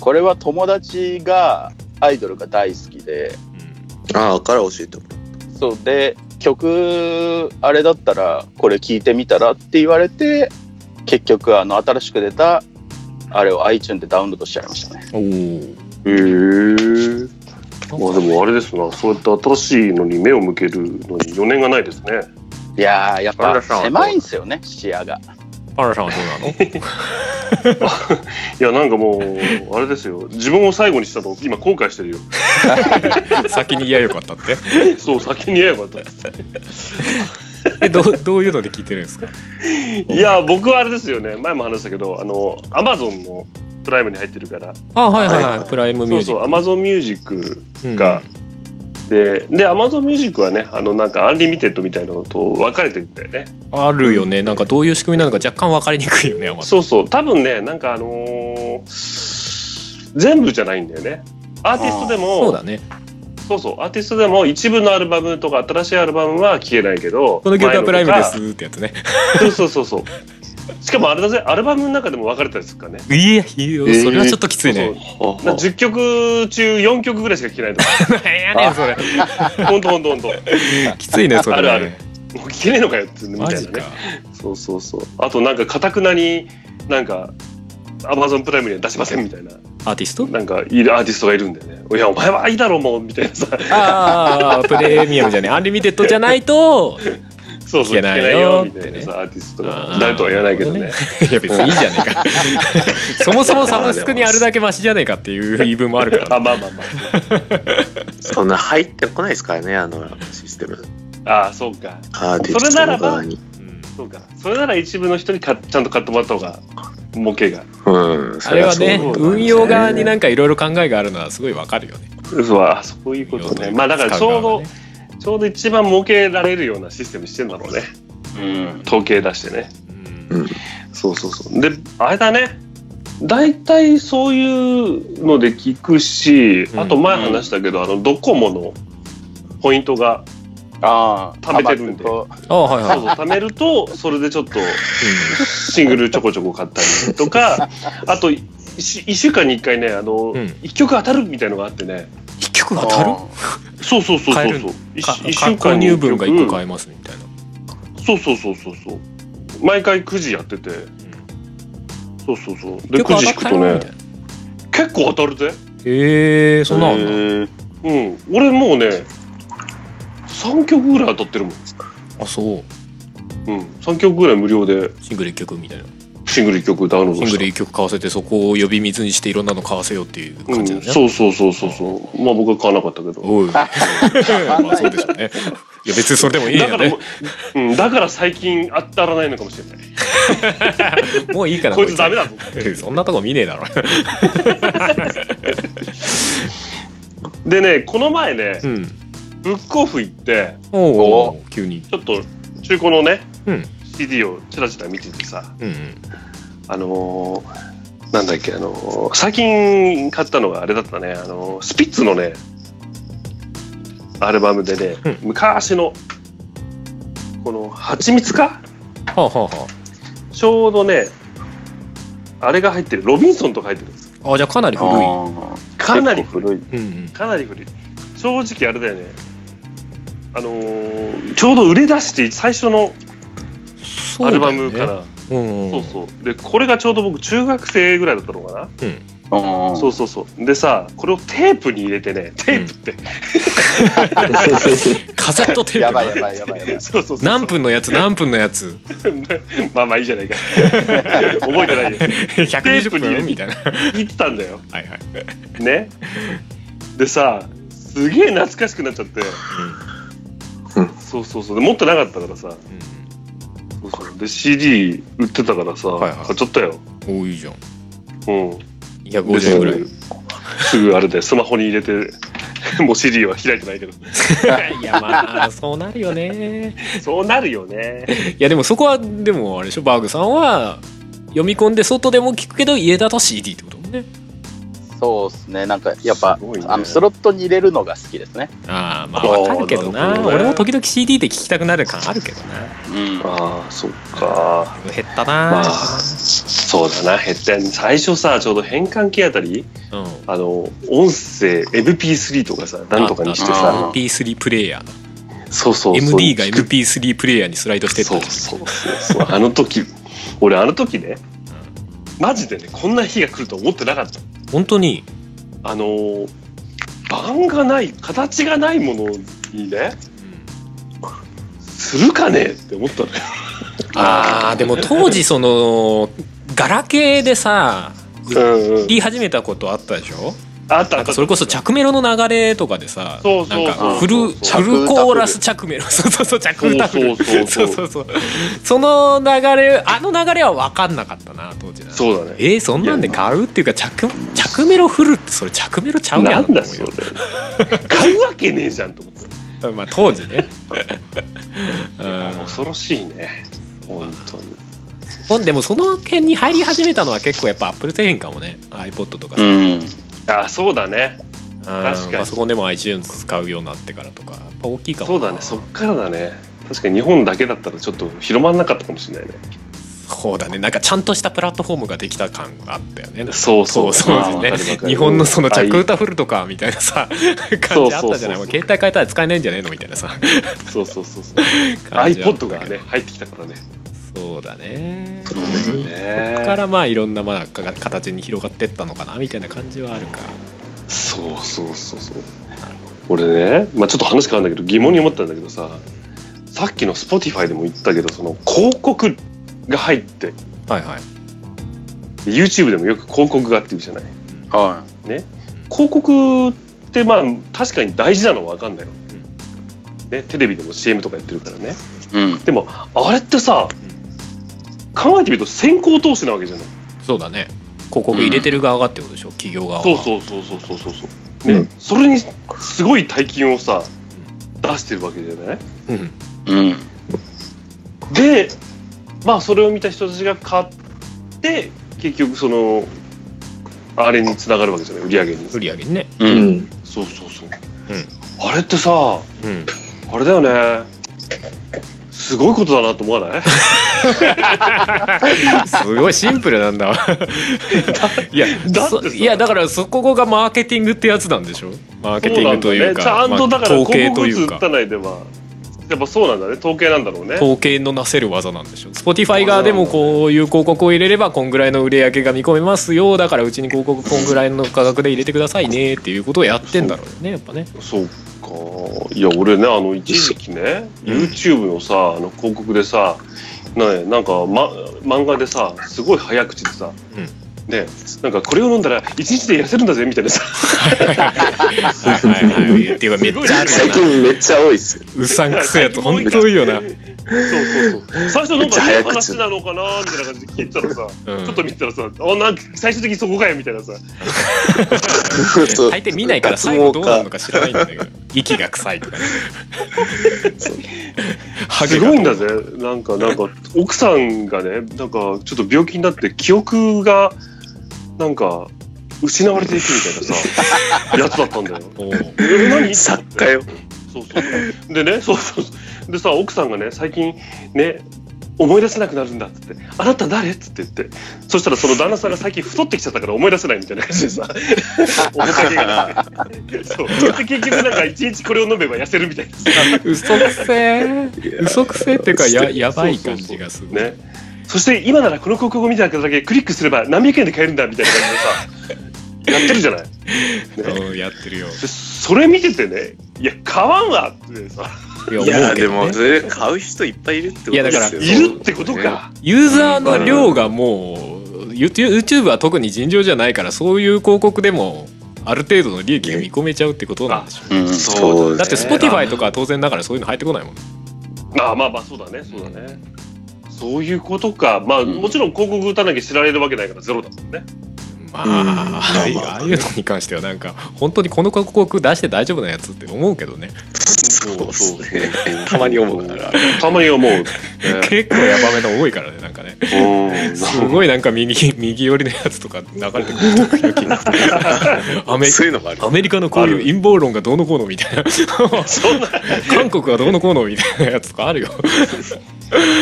[SPEAKER 3] これは友達がアイドルが大好きで
[SPEAKER 4] ああ、から教えてもら
[SPEAKER 3] そうで曲あれだったらこれ聞いてみたらって言われて結局あの新しく出たあれを iTunes でダウンロードしちゃいましたね
[SPEAKER 1] うん
[SPEAKER 2] へえ。
[SPEAKER 1] お
[SPEAKER 2] ま
[SPEAKER 1] お
[SPEAKER 2] あでもあれですな、そうやって新しいのに目を向けるのに余念がないですね。
[SPEAKER 3] いやーやっ
[SPEAKER 4] あ
[SPEAKER 3] ぱ
[SPEAKER 4] らそう
[SPEAKER 3] 狭いんですよね視野が
[SPEAKER 1] パラさんはどうなの
[SPEAKER 2] いや、なんかもう、あれですよ、自分を最後にしたの、今後悔してるよ。
[SPEAKER 1] 先に言えばよかったって
[SPEAKER 2] そう、先に言えばよかった。
[SPEAKER 1] えどうどういうので聞いてるんですか
[SPEAKER 2] いや、僕はあれですよね、前も話したけど、あの、アマゾンのプライムに入ってるから、
[SPEAKER 1] あはいはいはい、
[SPEAKER 4] はい
[SPEAKER 1] プライムミュ
[SPEAKER 2] そ
[SPEAKER 1] ー
[SPEAKER 2] う
[SPEAKER 1] ジッ
[SPEAKER 2] そ
[SPEAKER 1] ク
[SPEAKER 2] う、アマゾンミュージック
[SPEAKER 1] うん
[SPEAKER 2] が、で、で、アマゾンミュージックはね、あの、なんかアンリミテッドみたいなのと分かれてるんだよね。
[SPEAKER 1] あるよねなんかどういう仕組みなのか若干分かりにくいよねま
[SPEAKER 2] そうそう、多分ね、なんかあのー全部じゃないんだよね。アーティストでも、
[SPEAKER 1] そうだね
[SPEAKER 2] そうそう、アーティストでも一部のアルバムとか新しいアルバムは消えないけど、
[SPEAKER 1] この曲はプライム
[SPEAKER 2] 前
[SPEAKER 1] で
[SPEAKER 2] のとか
[SPEAKER 1] す。ってやつね
[SPEAKER 2] そうそうそうそう。しかもあれだぜ、アルバムの中でも分かれたりするからね。
[SPEAKER 1] いやいやそれはちょっときついね、
[SPEAKER 2] そうそう。な10曲中4曲ぐらいしか聴けないと か。
[SPEAKER 1] なんやねんそれ
[SPEAKER 2] ほんとほんとほんと。も
[SPEAKER 1] きついねそれね
[SPEAKER 2] あるあるう聴けねえのかよって、み
[SPEAKER 1] マ
[SPEAKER 2] たい
[SPEAKER 1] ジ
[SPEAKER 2] な
[SPEAKER 1] か
[SPEAKER 2] ね。そうそうそう。あとなんか、かたくなになんか、アマゾンプライムには出しませんみたいな、
[SPEAKER 1] アーティスト
[SPEAKER 2] なんか、いるアーティストがいるんだよね。いや、お前はいいだろ、もう、みたいなさ。
[SPEAKER 1] ああプレミアムじゃねアンリミテッドじゃないと
[SPEAKER 2] そうそう、
[SPEAKER 1] 聞け
[SPEAKER 2] 聞け
[SPEAKER 1] な
[SPEAKER 2] ないい
[SPEAKER 1] よっ
[SPEAKER 2] よ、み
[SPEAKER 1] て
[SPEAKER 2] た
[SPEAKER 1] ね
[SPEAKER 2] いなさ、アーティスト
[SPEAKER 1] あ
[SPEAKER 2] が
[SPEAKER 1] ー。
[SPEAKER 2] 誰とは 言わないけどね。
[SPEAKER 1] いや別にいいじゃねえ かそもそもサブスクにあるだけマシじゃねえかっていう言い分もあるから
[SPEAKER 2] あ、まあまあまあ。
[SPEAKER 4] そんな入ってこないですからね、あのシステム。
[SPEAKER 2] ああそうか
[SPEAKER 4] アーティ
[SPEAKER 2] それ
[SPEAKER 4] ス
[SPEAKER 2] な
[SPEAKER 4] ト
[SPEAKER 2] ら
[SPEAKER 4] の
[SPEAKER 2] ば
[SPEAKER 4] 側に。
[SPEAKER 1] うん
[SPEAKER 2] そうかそれなら一部の人にかちゃんと買ってもらった方が儲けが
[SPEAKER 4] うん、
[SPEAKER 1] あれはね
[SPEAKER 2] そうだね
[SPEAKER 1] 運用側になんかいろいろ考えがあるのはすごいわかるよね
[SPEAKER 2] うわあそういうことねまあだからちょうど、ちょうど一番儲けられるようなシステムしてんだろうね
[SPEAKER 3] うん
[SPEAKER 2] 統計出してね
[SPEAKER 1] うん
[SPEAKER 2] そうそうそうであれだね大体そういうので聞くし、
[SPEAKER 1] うん
[SPEAKER 2] あと前話したけど、あのドコモのポイントが
[SPEAKER 3] ああ
[SPEAKER 2] 貯めてるんで
[SPEAKER 3] タバ
[SPEAKER 1] ああはいは
[SPEAKER 2] そ
[SPEAKER 1] い、
[SPEAKER 2] うそう貯めると それでちょっとシングルちょこちょこ買ったり とかあと1週間に1回ねあの、
[SPEAKER 1] うん
[SPEAKER 2] 1曲当たるみたいのがあってね
[SPEAKER 1] 一曲
[SPEAKER 3] コ
[SPEAKER 1] 当たる
[SPEAKER 3] あー
[SPEAKER 2] そうそうそう
[SPEAKER 1] 買
[SPEAKER 2] そ
[SPEAKER 1] える
[SPEAKER 2] うそう一
[SPEAKER 1] か
[SPEAKER 2] 一
[SPEAKER 1] か購入分が1個
[SPEAKER 2] え
[SPEAKER 1] 買えますみたいな、
[SPEAKER 2] そうそうそうそうそう毎回9時やっててそうそうそうで
[SPEAKER 1] 結
[SPEAKER 2] 9
[SPEAKER 1] 構
[SPEAKER 2] 時
[SPEAKER 1] 当た
[SPEAKER 2] 引く
[SPEAKER 1] った
[SPEAKER 2] と
[SPEAKER 1] よみ
[SPEAKER 2] ね
[SPEAKER 1] たいな
[SPEAKER 2] 結構当たるぜ
[SPEAKER 1] へえそんなのあんだ
[SPEAKER 3] うん
[SPEAKER 2] うん俺もうね3曲ぐらい当たってるもん、
[SPEAKER 1] あそう
[SPEAKER 2] うん、3曲ぐらい無料で
[SPEAKER 1] シングル1曲みたいな
[SPEAKER 2] シングル1曲ダウンロー
[SPEAKER 1] シ
[SPEAKER 2] ド
[SPEAKER 1] ン
[SPEAKER 2] し
[SPEAKER 1] グ
[SPEAKER 2] た
[SPEAKER 1] ル1曲買わせてそこを呼び水にしていろんなの買わせようっていう感じだ
[SPEAKER 2] うん、
[SPEAKER 1] ね、
[SPEAKER 2] そうそうそうそうそうまあ僕は買わなかったけど
[SPEAKER 1] おいまあそうでしょうねいや別にそれでもいい
[SPEAKER 2] だ
[SPEAKER 1] よ
[SPEAKER 2] からも
[SPEAKER 1] ね
[SPEAKER 2] う、うん、だから最近当たらないのかもしれない
[SPEAKER 1] もういいから
[SPEAKER 2] こいつダメだぞ
[SPEAKER 1] そんなとこ見ねえだ ろ
[SPEAKER 2] でねこの前ね
[SPEAKER 1] うん
[SPEAKER 2] ブックオフ行って
[SPEAKER 1] おお急に
[SPEAKER 2] ちょっと中古のね、
[SPEAKER 1] うん
[SPEAKER 2] CD をチラチラ見ててさ
[SPEAKER 1] うんうん
[SPEAKER 2] あのーなんだっけあのー最近買ったのがあれだったねあのースピッツのねアルバムでね、
[SPEAKER 1] うん
[SPEAKER 2] 昔のこの「蜂蜜か?
[SPEAKER 1] はあはあは」
[SPEAKER 2] ちょうどねあれが入ってるロビンソンとか入ってるんです
[SPEAKER 1] ああじゃあかなり古い
[SPEAKER 3] あ
[SPEAKER 2] かなり
[SPEAKER 3] ー古い
[SPEAKER 1] うんうん
[SPEAKER 2] かなり古い正直あれだよねあのーちょうど売れ出して最初のアルバムか
[SPEAKER 1] そうだよね
[SPEAKER 2] ら
[SPEAKER 1] うんうん
[SPEAKER 2] そうそうでこれがちょうど僕中学生ぐらいだったのかな、
[SPEAKER 3] うん
[SPEAKER 2] そうそうそうでさこれをテープに入れてねテープって、
[SPEAKER 1] カセットテープ
[SPEAKER 3] やばいやばいやばいやばい
[SPEAKER 2] そうそうそう
[SPEAKER 1] 何分のやつ何分のやつ
[SPEAKER 2] まあまあいいじゃないか 覚えてないよ
[SPEAKER 1] 120
[SPEAKER 2] テープに入
[SPEAKER 1] 分
[SPEAKER 2] れて
[SPEAKER 1] みたいな
[SPEAKER 2] 言ってたんだよ
[SPEAKER 1] はいはい
[SPEAKER 2] ねでさすげえ懐かしくなっちゃって、
[SPEAKER 5] うん
[SPEAKER 2] そうそうそうで持ってなかったからさそうそうで CD 売ってたからさ、
[SPEAKER 1] はいはい
[SPEAKER 2] 買っちゃったよ
[SPEAKER 1] うんおーいいじゃん
[SPEAKER 2] うんです
[SPEAKER 1] 250円ぐらい
[SPEAKER 2] すぐあれでスマホに入れて もう CD は開いてないけど
[SPEAKER 1] いやまあそうなるよね
[SPEAKER 2] そうなるよね
[SPEAKER 1] いやでもそこはでもあれでしょバーグさんは読み込んで外でも聞くけど家だと CD ってこともね
[SPEAKER 3] そうですねなんかやっぱ、
[SPEAKER 2] すごいね
[SPEAKER 3] あのスロットに入れるのが好きですね
[SPEAKER 1] ああまあ
[SPEAKER 2] あー
[SPEAKER 1] わかるけどな
[SPEAKER 2] なるほどね
[SPEAKER 1] 俺も時々 CD で聞きたくなる感あるけどな
[SPEAKER 3] うん
[SPEAKER 2] ああそっか
[SPEAKER 1] 減った
[SPEAKER 2] ま
[SPEAKER 1] な
[SPEAKER 2] あそうだな減ったよね最初さちょうど変換器あたり
[SPEAKER 1] うん
[SPEAKER 2] あの音声 MP3 とかさなんとかにして
[SPEAKER 3] あった
[SPEAKER 2] さ
[SPEAKER 3] な
[SPEAKER 1] MP3 プレイヤー
[SPEAKER 2] そうそうそう
[SPEAKER 1] MD が
[SPEAKER 2] 聞く
[SPEAKER 1] MP3 プレイヤーにスライドしてった
[SPEAKER 2] そうそうそうそうあの時俺あの時ねマジでねこんな日が来ると思ってなかった
[SPEAKER 1] 本当に
[SPEAKER 2] あのー盤がない形がないものにねするかねって思ったのよ
[SPEAKER 1] ああでも当時そのガラケーでさ
[SPEAKER 2] うんうん
[SPEAKER 1] 言い始めたことあったでしょ
[SPEAKER 2] あった
[SPEAKER 1] な
[SPEAKER 2] あ
[SPEAKER 1] んか
[SPEAKER 2] った
[SPEAKER 1] それこそ着メロの流れとかでさ
[SPEAKER 2] そうそうそう
[SPEAKER 1] なんかフル
[SPEAKER 2] そう
[SPEAKER 1] フルコーラス着メロ そうそうそう着歌フル
[SPEAKER 2] そ
[SPEAKER 1] そ
[SPEAKER 2] うそうう
[SPEAKER 1] そ
[SPEAKER 2] そう
[SPEAKER 1] うそうその流れあの流れは分かんなかったな当時な
[SPEAKER 2] そうだね
[SPEAKER 1] えー、そんなんで買うっていうか着着メロフルってそれ着メロちゃう
[SPEAKER 2] な
[SPEAKER 1] やん
[SPEAKER 2] んだ
[SPEAKER 1] と
[SPEAKER 2] そ
[SPEAKER 1] 思うよ
[SPEAKER 2] れ買うわけねえじゃんと思って
[SPEAKER 1] まあ当時ね う
[SPEAKER 2] あ
[SPEAKER 1] ん
[SPEAKER 2] の恐ろしいね本当に
[SPEAKER 1] ほんでもその辺に入り始めたのは結構やっぱアップル製品かもね iPod とか
[SPEAKER 3] う
[SPEAKER 1] さ、うん
[SPEAKER 3] ん
[SPEAKER 2] あそうだね確かに
[SPEAKER 1] パソコンでも iTunes 使うようになってからとかやっぱ大きいかも
[SPEAKER 2] そうだねそっからだね確かに日本だけだったらちょっと広まんなかったかもしれないね
[SPEAKER 1] そうだねなんかちゃんとしたプラットフォームができた感があったよね
[SPEAKER 2] そう
[SPEAKER 1] そうそうですね
[SPEAKER 2] わかるわかる
[SPEAKER 1] 日本のその着
[SPEAKER 2] あい
[SPEAKER 1] 歌フルとかみたいなさ
[SPEAKER 2] そ
[SPEAKER 1] 感
[SPEAKER 2] う
[SPEAKER 1] じあっ
[SPEAKER 2] そうそう
[SPEAKER 1] たじゃないもう携帯変えたら使えないんじゃねえのみたいなさ
[SPEAKER 2] そうそうそ うそう
[SPEAKER 1] 感じあった
[SPEAKER 2] iPod がね入ってきたからね
[SPEAKER 1] そうだね
[SPEAKER 2] そうだ
[SPEAKER 1] だ
[SPEAKER 2] ね
[SPEAKER 1] からまあいろんなまあか形に広がってったのかなみたいな感じはあるか
[SPEAKER 2] そうそうそうそう俺ね、まあ、ちょっと話変わるんだけど疑問に思ったんだけどささっきの Spotify でも言ったけどその広告が入って
[SPEAKER 1] はいはい
[SPEAKER 2] YouTube でもよく広告があって言うじゃない
[SPEAKER 3] は
[SPEAKER 2] 広告ってまあ確かに大事なのは分かんないよ、ね、テレビでも CM とかやってるからね
[SPEAKER 3] いうん
[SPEAKER 2] でもあれってさ考えてみると先行投資なわけじゃない
[SPEAKER 1] そうだね広告入れてる側がってことでしょ、企業側は
[SPEAKER 2] そうそうそうそうそうそうそうね、それにすごい大金をさ出してるわけじゃない
[SPEAKER 1] うん
[SPEAKER 3] うん
[SPEAKER 2] でまあそれを見た人たちが買って結局そのあれにつながるわけじゃない売り上げに
[SPEAKER 1] 売り上げにね
[SPEAKER 3] う
[SPEAKER 5] うんん。
[SPEAKER 2] そうそうそう、
[SPEAKER 1] ん
[SPEAKER 2] あれってさ
[SPEAKER 1] うん
[SPEAKER 2] あれだよねすごいことだなと思わない
[SPEAKER 1] すごいシンプルなん だわいや
[SPEAKER 2] だって
[SPEAKER 1] そ
[SPEAKER 2] さ
[SPEAKER 1] いやだからそこがマーケティングってやつなんでしょマーケティングというか、
[SPEAKER 2] そうなんだねちゃんとだから
[SPEAKER 1] まあ統計
[SPEAKER 2] 広
[SPEAKER 1] と
[SPEAKER 2] 告
[SPEAKER 1] い
[SPEAKER 2] 打
[SPEAKER 1] う
[SPEAKER 2] つ打
[SPEAKER 1] か
[SPEAKER 2] たないではやっぱそうなんだね統計なんだろうね
[SPEAKER 1] 統計のなせる技なんでしょう Spotify 側でもこういう広告を入れればこんぐらいの売り上げが見込めますよだからうちに広告こんぐらいの価格で入れてくださいねっていうことをやってんだろうねやっぱね
[SPEAKER 2] そうかいや俺ねあの一時期ね、YouTube のさあの広告でさなんなんか、ま、漫画でさすごい早口でさ、
[SPEAKER 1] うん
[SPEAKER 2] ねなんかこれを飲んだら一日で痩せるんだぜみたいなさ
[SPEAKER 1] はいはいはいっていうかめっちゃある
[SPEAKER 4] 最
[SPEAKER 1] よな
[SPEAKER 4] 近めっちゃ多いっすよ。
[SPEAKER 1] うさんくせえやつ本当多いよな、うん、
[SPEAKER 2] そうそうそう最初なん
[SPEAKER 4] めっちゃ
[SPEAKER 2] かいい
[SPEAKER 4] 早口
[SPEAKER 2] 話なのかなみたいな感じで聞いてたらさ、ちょっと見てたらさあなんか最終的にそこかよみたいなさ
[SPEAKER 4] そう
[SPEAKER 1] 大抵見ないから最後どうなるのか知らないんだけど息が臭いとかねハゲ
[SPEAKER 2] す
[SPEAKER 1] が
[SPEAKER 2] ごいんだぜなんかなんか奥さんがねなんかちょっと病気になって記憶がなんか失われていくみたいなさやつだったんだよ
[SPEAKER 1] おう
[SPEAKER 2] え何
[SPEAKER 4] 作家よ。
[SPEAKER 2] そうそうでねそうそうそうでさ奥さんがね最近ね思い出せなくなるんだっつって「あなた誰?」っつって言ってそしたらその旦那さんが最近太ってきちゃったから思い出せないみたいな感じでさ面影がねそうそれで結局なんか一日これを飲めば痩せるみたいなさ
[SPEAKER 1] 嘘くせえ嘘くせえっていうかややばい感じがすごい
[SPEAKER 2] ねそして今ならこの広告を見ただけクリックすれば何百円で買えるんだみたいな感じ でさやってるじゃないね
[SPEAKER 1] うんやってるよ
[SPEAKER 2] でそれ見ててねいや買わんわってさ
[SPEAKER 1] いや
[SPEAKER 4] いや、
[SPEAKER 1] 思うけ
[SPEAKER 4] で
[SPEAKER 1] どね
[SPEAKER 4] も、それ買う人いっぱいいるってことですよ。
[SPEAKER 1] いやだから
[SPEAKER 2] いるってことか、
[SPEAKER 1] ユーザーの量がもう YouTube は特に尋常じゃないからそういう広告でもある程度の利益が見込めちゃうってことなんでしょ
[SPEAKER 3] うん
[SPEAKER 4] そう
[SPEAKER 1] うだって
[SPEAKER 4] ね
[SPEAKER 1] Spotify とかは当然だからそういうの入ってこないもん
[SPEAKER 2] まあまあまあそうだねそうだね、そういうことかまあ、もちろん広告打たなきゃ知られるわけないからゼロだもんね
[SPEAKER 1] ま
[SPEAKER 4] うんま
[SPEAKER 1] あああいうああいうのに関してはなんか本当にこの広告出して大丈夫なやつって思うけどね
[SPEAKER 4] そうそうね。たまに思うから。
[SPEAKER 2] たまに思う、 ね、
[SPEAKER 1] 結構ヤバめの多いからねなんかねすごいなんか右右寄りのやつとか流れてくる時々 アメ
[SPEAKER 4] そういうのもある。
[SPEAKER 1] アメリカのこういう陰謀論がどうのこうの みたいな韓国がどうのこうのみたいなやつとかあるよ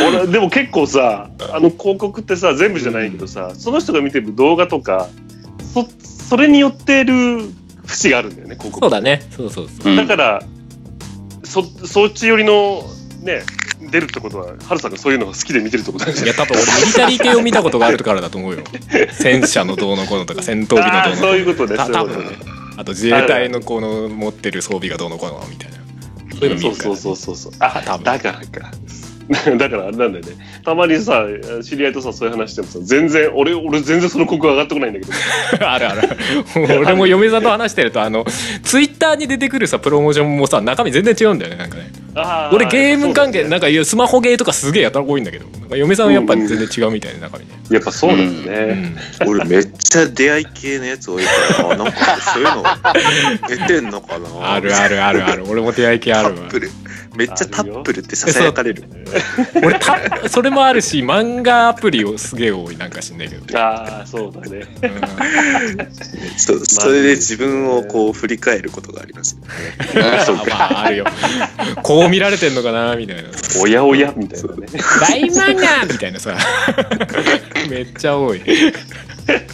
[SPEAKER 2] 俺でも結構さあの広告ってさ全部じゃないけどさ、その人が見てる動画とかそそれによってる節があるんだよね広告
[SPEAKER 1] そうだねそうそうそう
[SPEAKER 3] うん
[SPEAKER 2] だから、そそっち寄りのね出るってことはハルさんがそういうのが好きで見てるってことなんじゃ
[SPEAKER 1] い
[SPEAKER 2] な
[SPEAKER 1] や
[SPEAKER 2] い
[SPEAKER 1] 多分俺ミリタリー系を見たことがあるからだと思うよ戦車のどうのこうのとか戦闘機の
[SPEAKER 2] ああ
[SPEAKER 1] どうの
[SPEAKER 2] ー
[SPEAKER 1] こ
[SPEAKER 2] そういうこと
[SPEAKER 1] う
[SPEAKER 2] ね
[SPEAKER 1] のた
[SPEAKER 2] そ
[SPEAKER 1] 多
[SPEAKER 2] ういうこと
[SPEAKER 1] 分ね
[SPEAKER 2] ね
[SPEAKER 1] あと自衛隊のこの持ってる装備がどうのこうのみたいなそういうの見るか
[SPEAKER 2] そう
[SPEAKER 1] ら、
[SPEAKER 2] そ
[SPEAKER 1] ね、
[SPEAKER 2] うそうそうそうあ
[SPEAKER 1] 多分
[SPEAKER 2] だからか だからあれなんだよねたまにさ知り合いとさそういう話してもさ全然俺俺全然その広告上がってこないんだけ ど
[SPEAKER 1] あるある俺も嫁さんと話してるとあのツイッターに出てくるさプロモーションもさ中身全然違うんだよねなんかね
[SPEAKER 2] あ
[SPEAKER 1] 俺ゲーム関係
[SPEAKER 2] そうだね
[SPEAKER 1] なんかいやスマホゲーとかすげえやたら多いんだけどなんか嫁さんはやっぱ全然違うみたいな中身ね、
[SPEAKER 2] やっぱそうなんだ
[SPEAKER 1] う
[SPEAKER 2] ね、
[SPEAKER 1] ん、
[SPEAKER 5] 俺めっちゃ出会い系のやつ多いから、 あなんかそういうの出てんのかな
[SPEAKER 1] あるあるあるある俺も出会い系あ
[SPEAKER 5] タ
[SPEAKER 1] る
[SPEAKER 5] ッ
[SPEAKER 1] わ
[SPEAKER 5] プル。めっちゃタップルってささやかれる。
[SPEAKER 1] 俺たそれもあるし漫画アプリをすげえ多いなんか知んないけど、
[SPEAKER 2] ああそうだね
[SPEAKER 1] うん
[SPEAKER 5] そうそれで自分をこう振り返ることがあります。
[SPEAKER 1] あまああるよこう見られてんのかなみたいな
[SPEAKER 2] おやおやみたいな ね
[SPEAKER 1] 大漫画みたいな さめっちゃ多いあ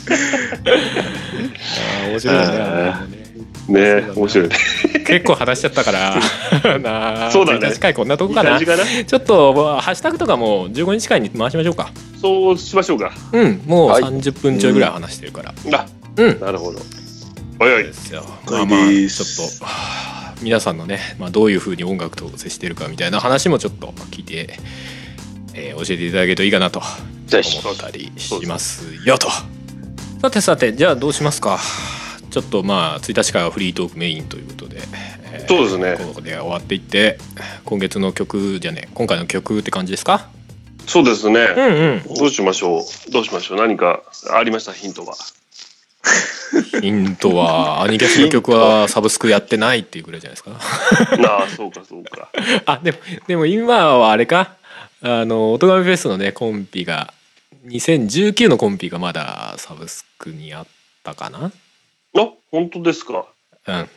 [SPEAKER 1] ー面白いね
[SPEAKER 2] あー
[SPEAKER 1] あのね
[SPEAKER 2] ね面白いね
[SPEAKER 1] 結構話しちゃった からなあ
[SPEAKER 2] そうだね
[SPEAKER 1] 1日会こんなとこ
[SPEAKER 2] いい
[SPEAKER 1] かな
[SPEAKER 2] 感じかな
[SPEAKER 1] ちょっとまあハッシュタグとかも15日間に回しましょうか
[SPEAKER 2] そうしましょうか
[SPEAKER 1] うんもう
[SPEAKER 3] はい
[SPEAKER 1] 30分ちょいぐらい話してるから、
[SPEAKER 2] あ
[SPEAKER 1] うん
[SPEAKER 2] なるほどおいおい
[SPEAKER 1] ですよまあ
[SPEAKER 5] 了
[SPEAKER 1] まあ
[SPEAKER 5] 解で
[SPEAKER 1] ち
[SPEAKER 5] す
[SPEAKER 1] ょっとはあ皆さんのね、まあ、どういうふうに音楽と接してるかみたいな話もちょっと聞いて、えー教えていただけるといいかなと
[SPEAKER 3] ぜひ
[SPEAKER 1] 思ったりしますよとさてさてじゃあどうしますかちょっとまあ1日からはフリートークメインということで、えー
[SPEAKER 2] そうですね
[SPEAKER 1] ここで終わっていって今月の曲じゃね今回の曲って感じですか
[SPEAKER 2] そうですね、
[SPEAKER 1] うんうん
[SPEAKER 2] どうしましょうどうしましょう何かありましたヒント は。
[SPEAKER 1] ヒントはアニキャスの曲はサブスクやってないっていうぐらいじゃないですか
[SPEAKER 2] なあ、そうかそうか。
[SPEAKER 1] あでもでも今はあれかあの「おとがめフェス」のねコンピが2019のコンピがまだサブスクにあったかな
[SPEAKER 2] あ、本当ですか。
[SPEAKER 1] うん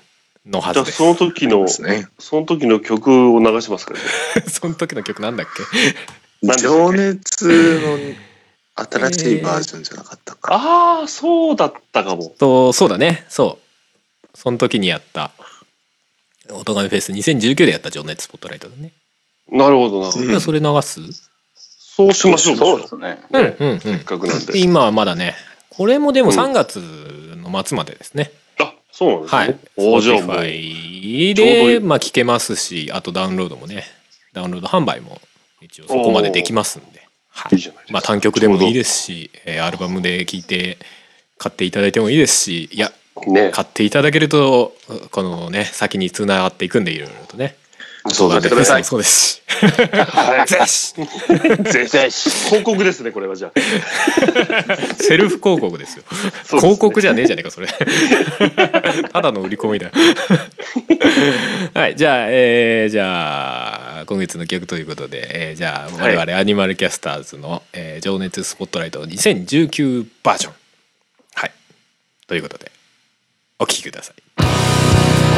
[SPEAKER 1] のは
[SPEAKER 2] じ
[SPEAKER 1] ず
[SPEAKER 2] ゃあ
[SPEAKER 1] です
[SPEAKER 2] その時の、
[SPEAKER 5] ですね。
[SPEAKER 2] その時の曲を流しますからね。
[SPEAKER 1] その時の曲なんだっけ
[SPEAKER 2] 何でしたっけ
[SPEAKER 5] 情熱の新しいバージョンじゃなかったか。
[SPEAKER 2] ああ、そうだったかも。
[SPEAKER 1] とそうだねそうその時にやった「おとがめフェス」2019でやった「情熱スポットライト」だね
[SPEAKER 2] なるほどな。
[SPEAKER 1] じゃあそれ流す
[SPEAKER 2] そうしましょう。
[SPEAKER 3] そうですね。
[SPEAKER 1] うんうんうん
[SPEAKER 2] せっかくなんで。
[SPEAKER 1] 今はまだねこれもでも
[SPEAKER 2] うん
[SPEAKER 1] 3月の末までですね、
[SPEAKER 2] あ、そうなんですね。
[SPEAKER 1] はい
[SPEAKER 2] おーじゃあも
[SPEAKER 1] Spotify
[SPEAKER 2] うちょうどい
[SPEAKER 1] で
[SPEAKER 2] い
[SPEAKER 1] まあ聞けますしあとダウンロードもねダウンロード販売も一応そこまでできますんで、はい
[SPEAKER 2] いじゃないですか。
[SPEAKER 1] まあ単曲でもいいですし、えーアルバムで聴いて買っていただいてもいいですしいや
[SPEAKER 2] ね。
[SPEAKER 1] 買っていただけるとこのね先につながっていくんでいろいろとね
[SPEAKER 4] そうだ
[SPEAKER 1] まあ
[SPEAKER 4] ね
[SPEAKER 1] レクエストもそうですし
[SPEAKER 2] は い
[SPEAKER 1] ぜひ
[SPEAKER 2] ぜ
[SPEAKER 3] ぜ ひ。
[SPEAKER 2] 広告ですね、これはじゃあ。
[SPEAKER 1] セルフ広告ですよ
[SPEAKER 2] そうですね
[SPEAKER 1] 広告じゃねえじゃねえかそ れただの売り込みだよはいじゃあえーじゃあ今月の曲ということで、えーじゃあ我々アニマルキャスターズの「えー情熱スポットライト2019バージョン」はいということでお聴きください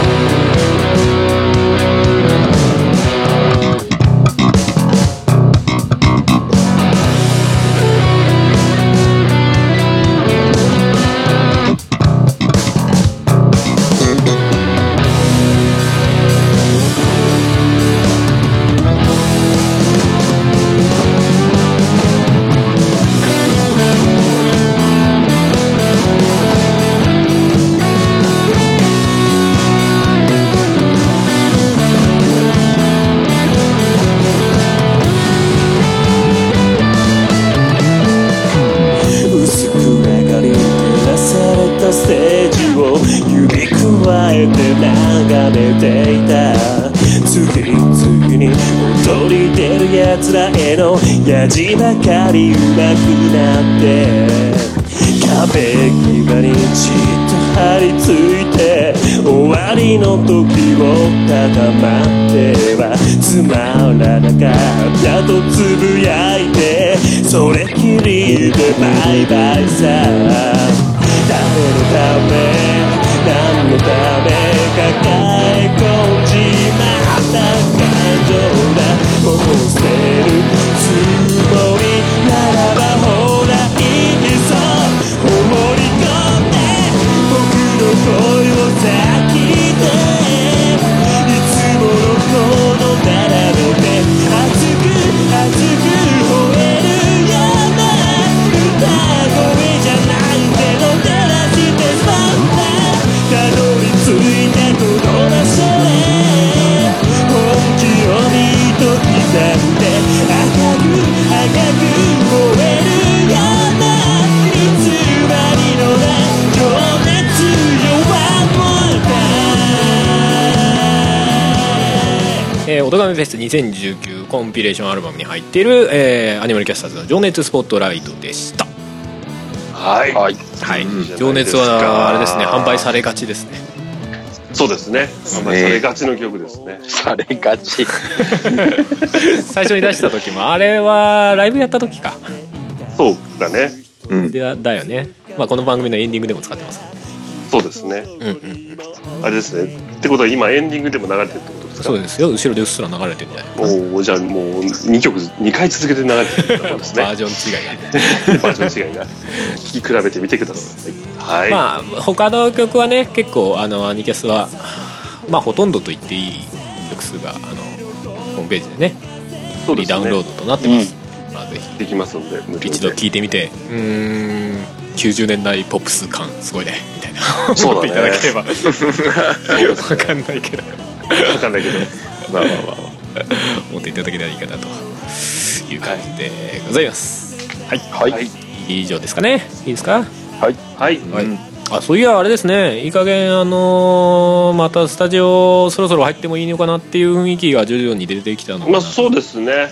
[SPEAKER 6] 薄く上がり照らされたステージを指くわえて眺めていた次々に踊り出る奴らへのやじばかり上手くなって壁際にじっと張り付いて終わりの時をただ待ってはつまらなかったとつぶやいてそれきりでバイバイさ誰のため何のため抱え込んじまった感情だもう捨てるつもりならばほらいいそう思い込んで僕の声を先でいつものこの並べて熱く熱く吠えるような歌声じゃないけど照らしてスパンたどり着いたこの場所へ本気を見と刻んで赤く赤く燃えるような偽りのない情熱よ One more time
[SPEAKER 1] えー、おとがめフェス2019コンピレーションアルバムに入っている、えーアニマルキャスターズの「情熱スポットライト」でした
[SPEAKER 2] はい。
[SPEAKER 3] は
[SPEAKER 1] はい
[SPEAKER 2] い
[SPEAKER 3] い。
[SPEAKER 2] いじゃないですか
[SPEAKER 1] 情熱はあれですね販売されがちですね
[SPEAKER 2] そうですね。あんまりそれがちの曲ですね。
[SPEAKER 3] されが ち。
[SPEAKER 1] 最初に出した時もあれはライブやった時か
[SPEAKER 2] そうだね。
[SPEAKER 4] うん。
[SPEAKER 1] でだよねまあこの番組のエンディングでも使ってます
[SPEAKER 2] そうですね。
[SPEAKER 1] うんうん
[SPEAKER 2] あれですね。ってことは今エンディングでも流れてるってことですか
[SPEAKER 1] そうですよ後ろでうっすら流れてるんじゃない
[SPEAKER 2] おおじゃあもう2曲2回続けて流れてるってことですね
[SPEAKER 1] バージョン違いが、
[SPEAKER 2] バージョン違いが聞き比べてみてくださいはい、
[SPEAKER 1] まあ他の曲はね結構あのアニキャスはまあほとんどと言っていい曲数があのホームページでね
[SPEAKER 2] そうで
[SPEAKER 1] リ
[SPEAKER 2] すね
[SPEAKER 1] ダウンロードとなってます、まあぜひ
[SPEAKER 2] できますので無料で
[SPEAKER 1] 一度聴いてみてうーん90年代ポップス感すごいねみたいな
[SPEAKER 4] そ
[SPEAKER 1] 思っ
[SPEAKER 4] う
[SPEAKER 1] てい
[SPEAKER 4] だ
[SPEAKER 1] た
[SPEAKER 4] ね
[SPEAKER 1] だければわかんないけど
[SPEAKER 2] わかんないけど
[SPEAKER 4] まあまあまあ。
[SPEAKER 1] 思っていただけたらいいかなという感じでございます
[SPEAKER 3] はい。
[SPEAKER 2] はい
[SPEAKER 1] 以上ですかねいいですか
[SPEAKER 2] はい、
[SPEAKER 1] はいあそういやあれですねいい加減あのーまたスタジオそろそろ入ってもいいのかなっていう雰囲気が徐々に出てきたのかな、
[SPEAKER 2] まあそうですね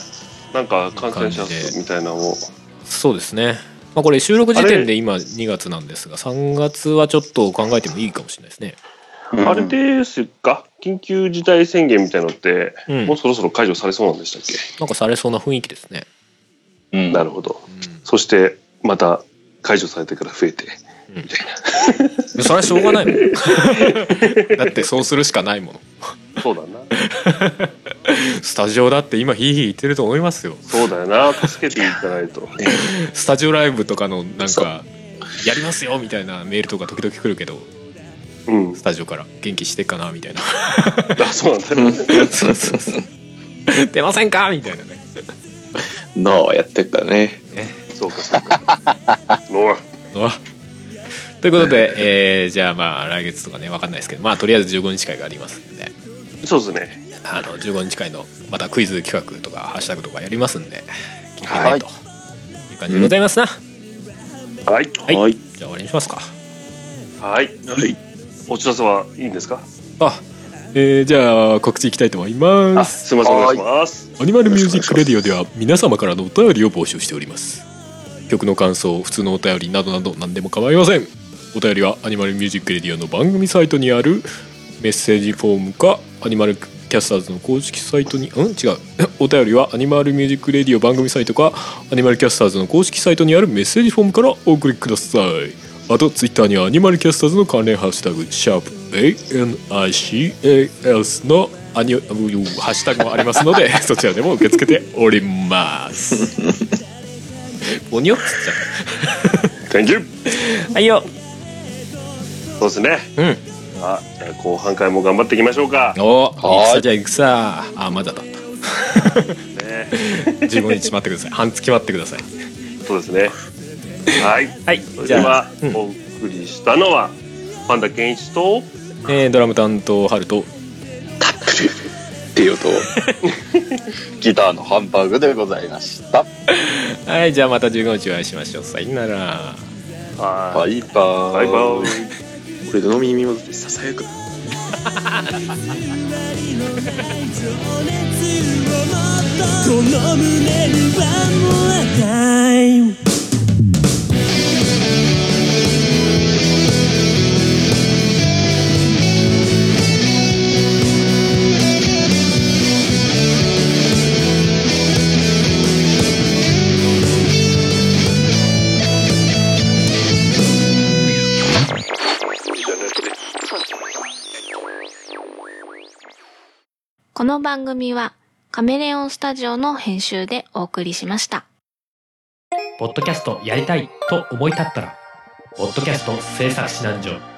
[SPEAKER 2] なんか感染者数みたいなのを
[SPEAKER 1] そうですね、まあ、これ収録時
[SPEAKER 2] あ
[SPEAKER 1] 点
[SPEAKER 2] れ
[SPEAKER 1] で今2月なんですが3月はちょっと考えてもいいかもしれないですね
[SPEAKER 2] あれですか緊急事態宣言みたいのって、
[SPEAKER 1] うん
[SPEAKER 2] もうそろそろ解除されそうなんでしたっけ、
[SPEAKER 1] なんかされそうな雰囲気ですね
[SPEAKER 3] うん
[SPEAKER 2] なるほど
[SPEAKER 1] う
[SPEAKER 2] そしてまた解除されてから増えて
[SPEAKER 1] んそれはしょうがないもん だってそうするしかないもの
[SPEAKER 2] そうだな
[SPEAKER 1] スタジオだって今ヒーヒー言ってると思いますよ
[SPEAKER 2] そうだよな助けていかないと
[SPEAKER 1] スタジオライブとかのなん
[SPEAKER 4] そう
[SPEAKER 1] かやりますよみたいなメールとか時々来るけど
[SPEAKER 2] うん
[SPEAKER 1] スタジオから元気してっかなみたいな
[SPEAKER 2] あそうなんだ、ね、
[SPEAKER 1] そうそうそう出ませんかみたいなね
[SPEAKER 5] ノーやってっからね。
[SPEAKER 3] そうかそうか
[SPEAKER 2] ノ
[SPEAKER 1] わということで、えーじゃあまあ来月とかねわかんないですけどまあとりあえず15日会がありますんで
[SPEAKER 2] アそうですね
[SPEAKER 1] あの15日会のまたクイズ企画とかハッシュタグとかやりますんで聞いてないという感じでございますな、
[SPEAKER 2] はい
[SPEAKER 1] はい、
[SPEAKER 5] はい
[SPEAKER 1] じゃあ終わりにしますか
[SPEAKER 2] はいお知らせはいいんですか
[SPEAKER 1] あえーじゃあ告知いきたいと思いま
[SPEAKER 2] あ
[SPEAKER 1] す
[SPEAKER 2] すいませんお願いします
[SPEAKER 1] アニマルミュージックレディオでは皆様からのお便りを募集しております曲の感想普通のお便りなどなど何でも構いませんお便りはアニマルミュージックレディオの番組サイトにあるメッセージフォームかアニマルキャスターズの公式サイトにうん違う お便りはアニマルミュージックレディオ番組サイトかアニマルキャスターズの公式サイトにあるメッセージフォームからお送りくださいあとツイッターにはアニマルキャスターズの関連ハッシュタグシャープ ANICAS のアニハッシュタグもありますのでそちらでも受け付けており ます。おにょっつっちゃ
[SPEAKER 2] Thank you
[SPEAKER 1] う。はいよ。
[SPEAKER 2] そうですね
[SPEAKER 1] うん。
[SPEAKER 2] あじゃあ後半回も頑張っていきましょうか、
[SPEAKER 1] お
[SPEAKER 3] はー
[SPEAKER 1] 戦
[SPEAKER 3] い
[SPEAKER 1] じゃあ戦。あまだだった。
[SPEAKER 2] ね、
[SPEAKER 1] 15日待ってください。半月待ってください。
[SPEAKER 2] そうですねはい
[SPEAKER 1] はい。
[SPEAKER 2] それ
[SPEAKER 1] じ
[SPEAKER 2] で
[SPEAKER 1] ゃあ、
[SPEAKER 2] はお送りしたのはパンダケンイチと
[SPEAKER 1] えードラム担当ハルト。
[SPEAKER 5] っていう と、
[SPEAKER 3] ギターのハンバーグでございました
[SPEAKER 1] はい。じゃあまた15日お会いしましょう。さよなら。
[SPEAKER 2] は
[SPEAKER 3] バ
[SPEAKER 2] い
[SPEAKER 3] イバ
[SPEAKER 2] バイバイ
[SPEAKER 5] 俺の耳元でささやく。
[SPEAKER 6] この胸にはもう与え
[SPEAKER 7] この番組はカメレオンスタジオの編集でお送りしました。
[SPEAKER 8] ポッドキャストやりたいと思い立ったら、ポッドキャスト制作指南所。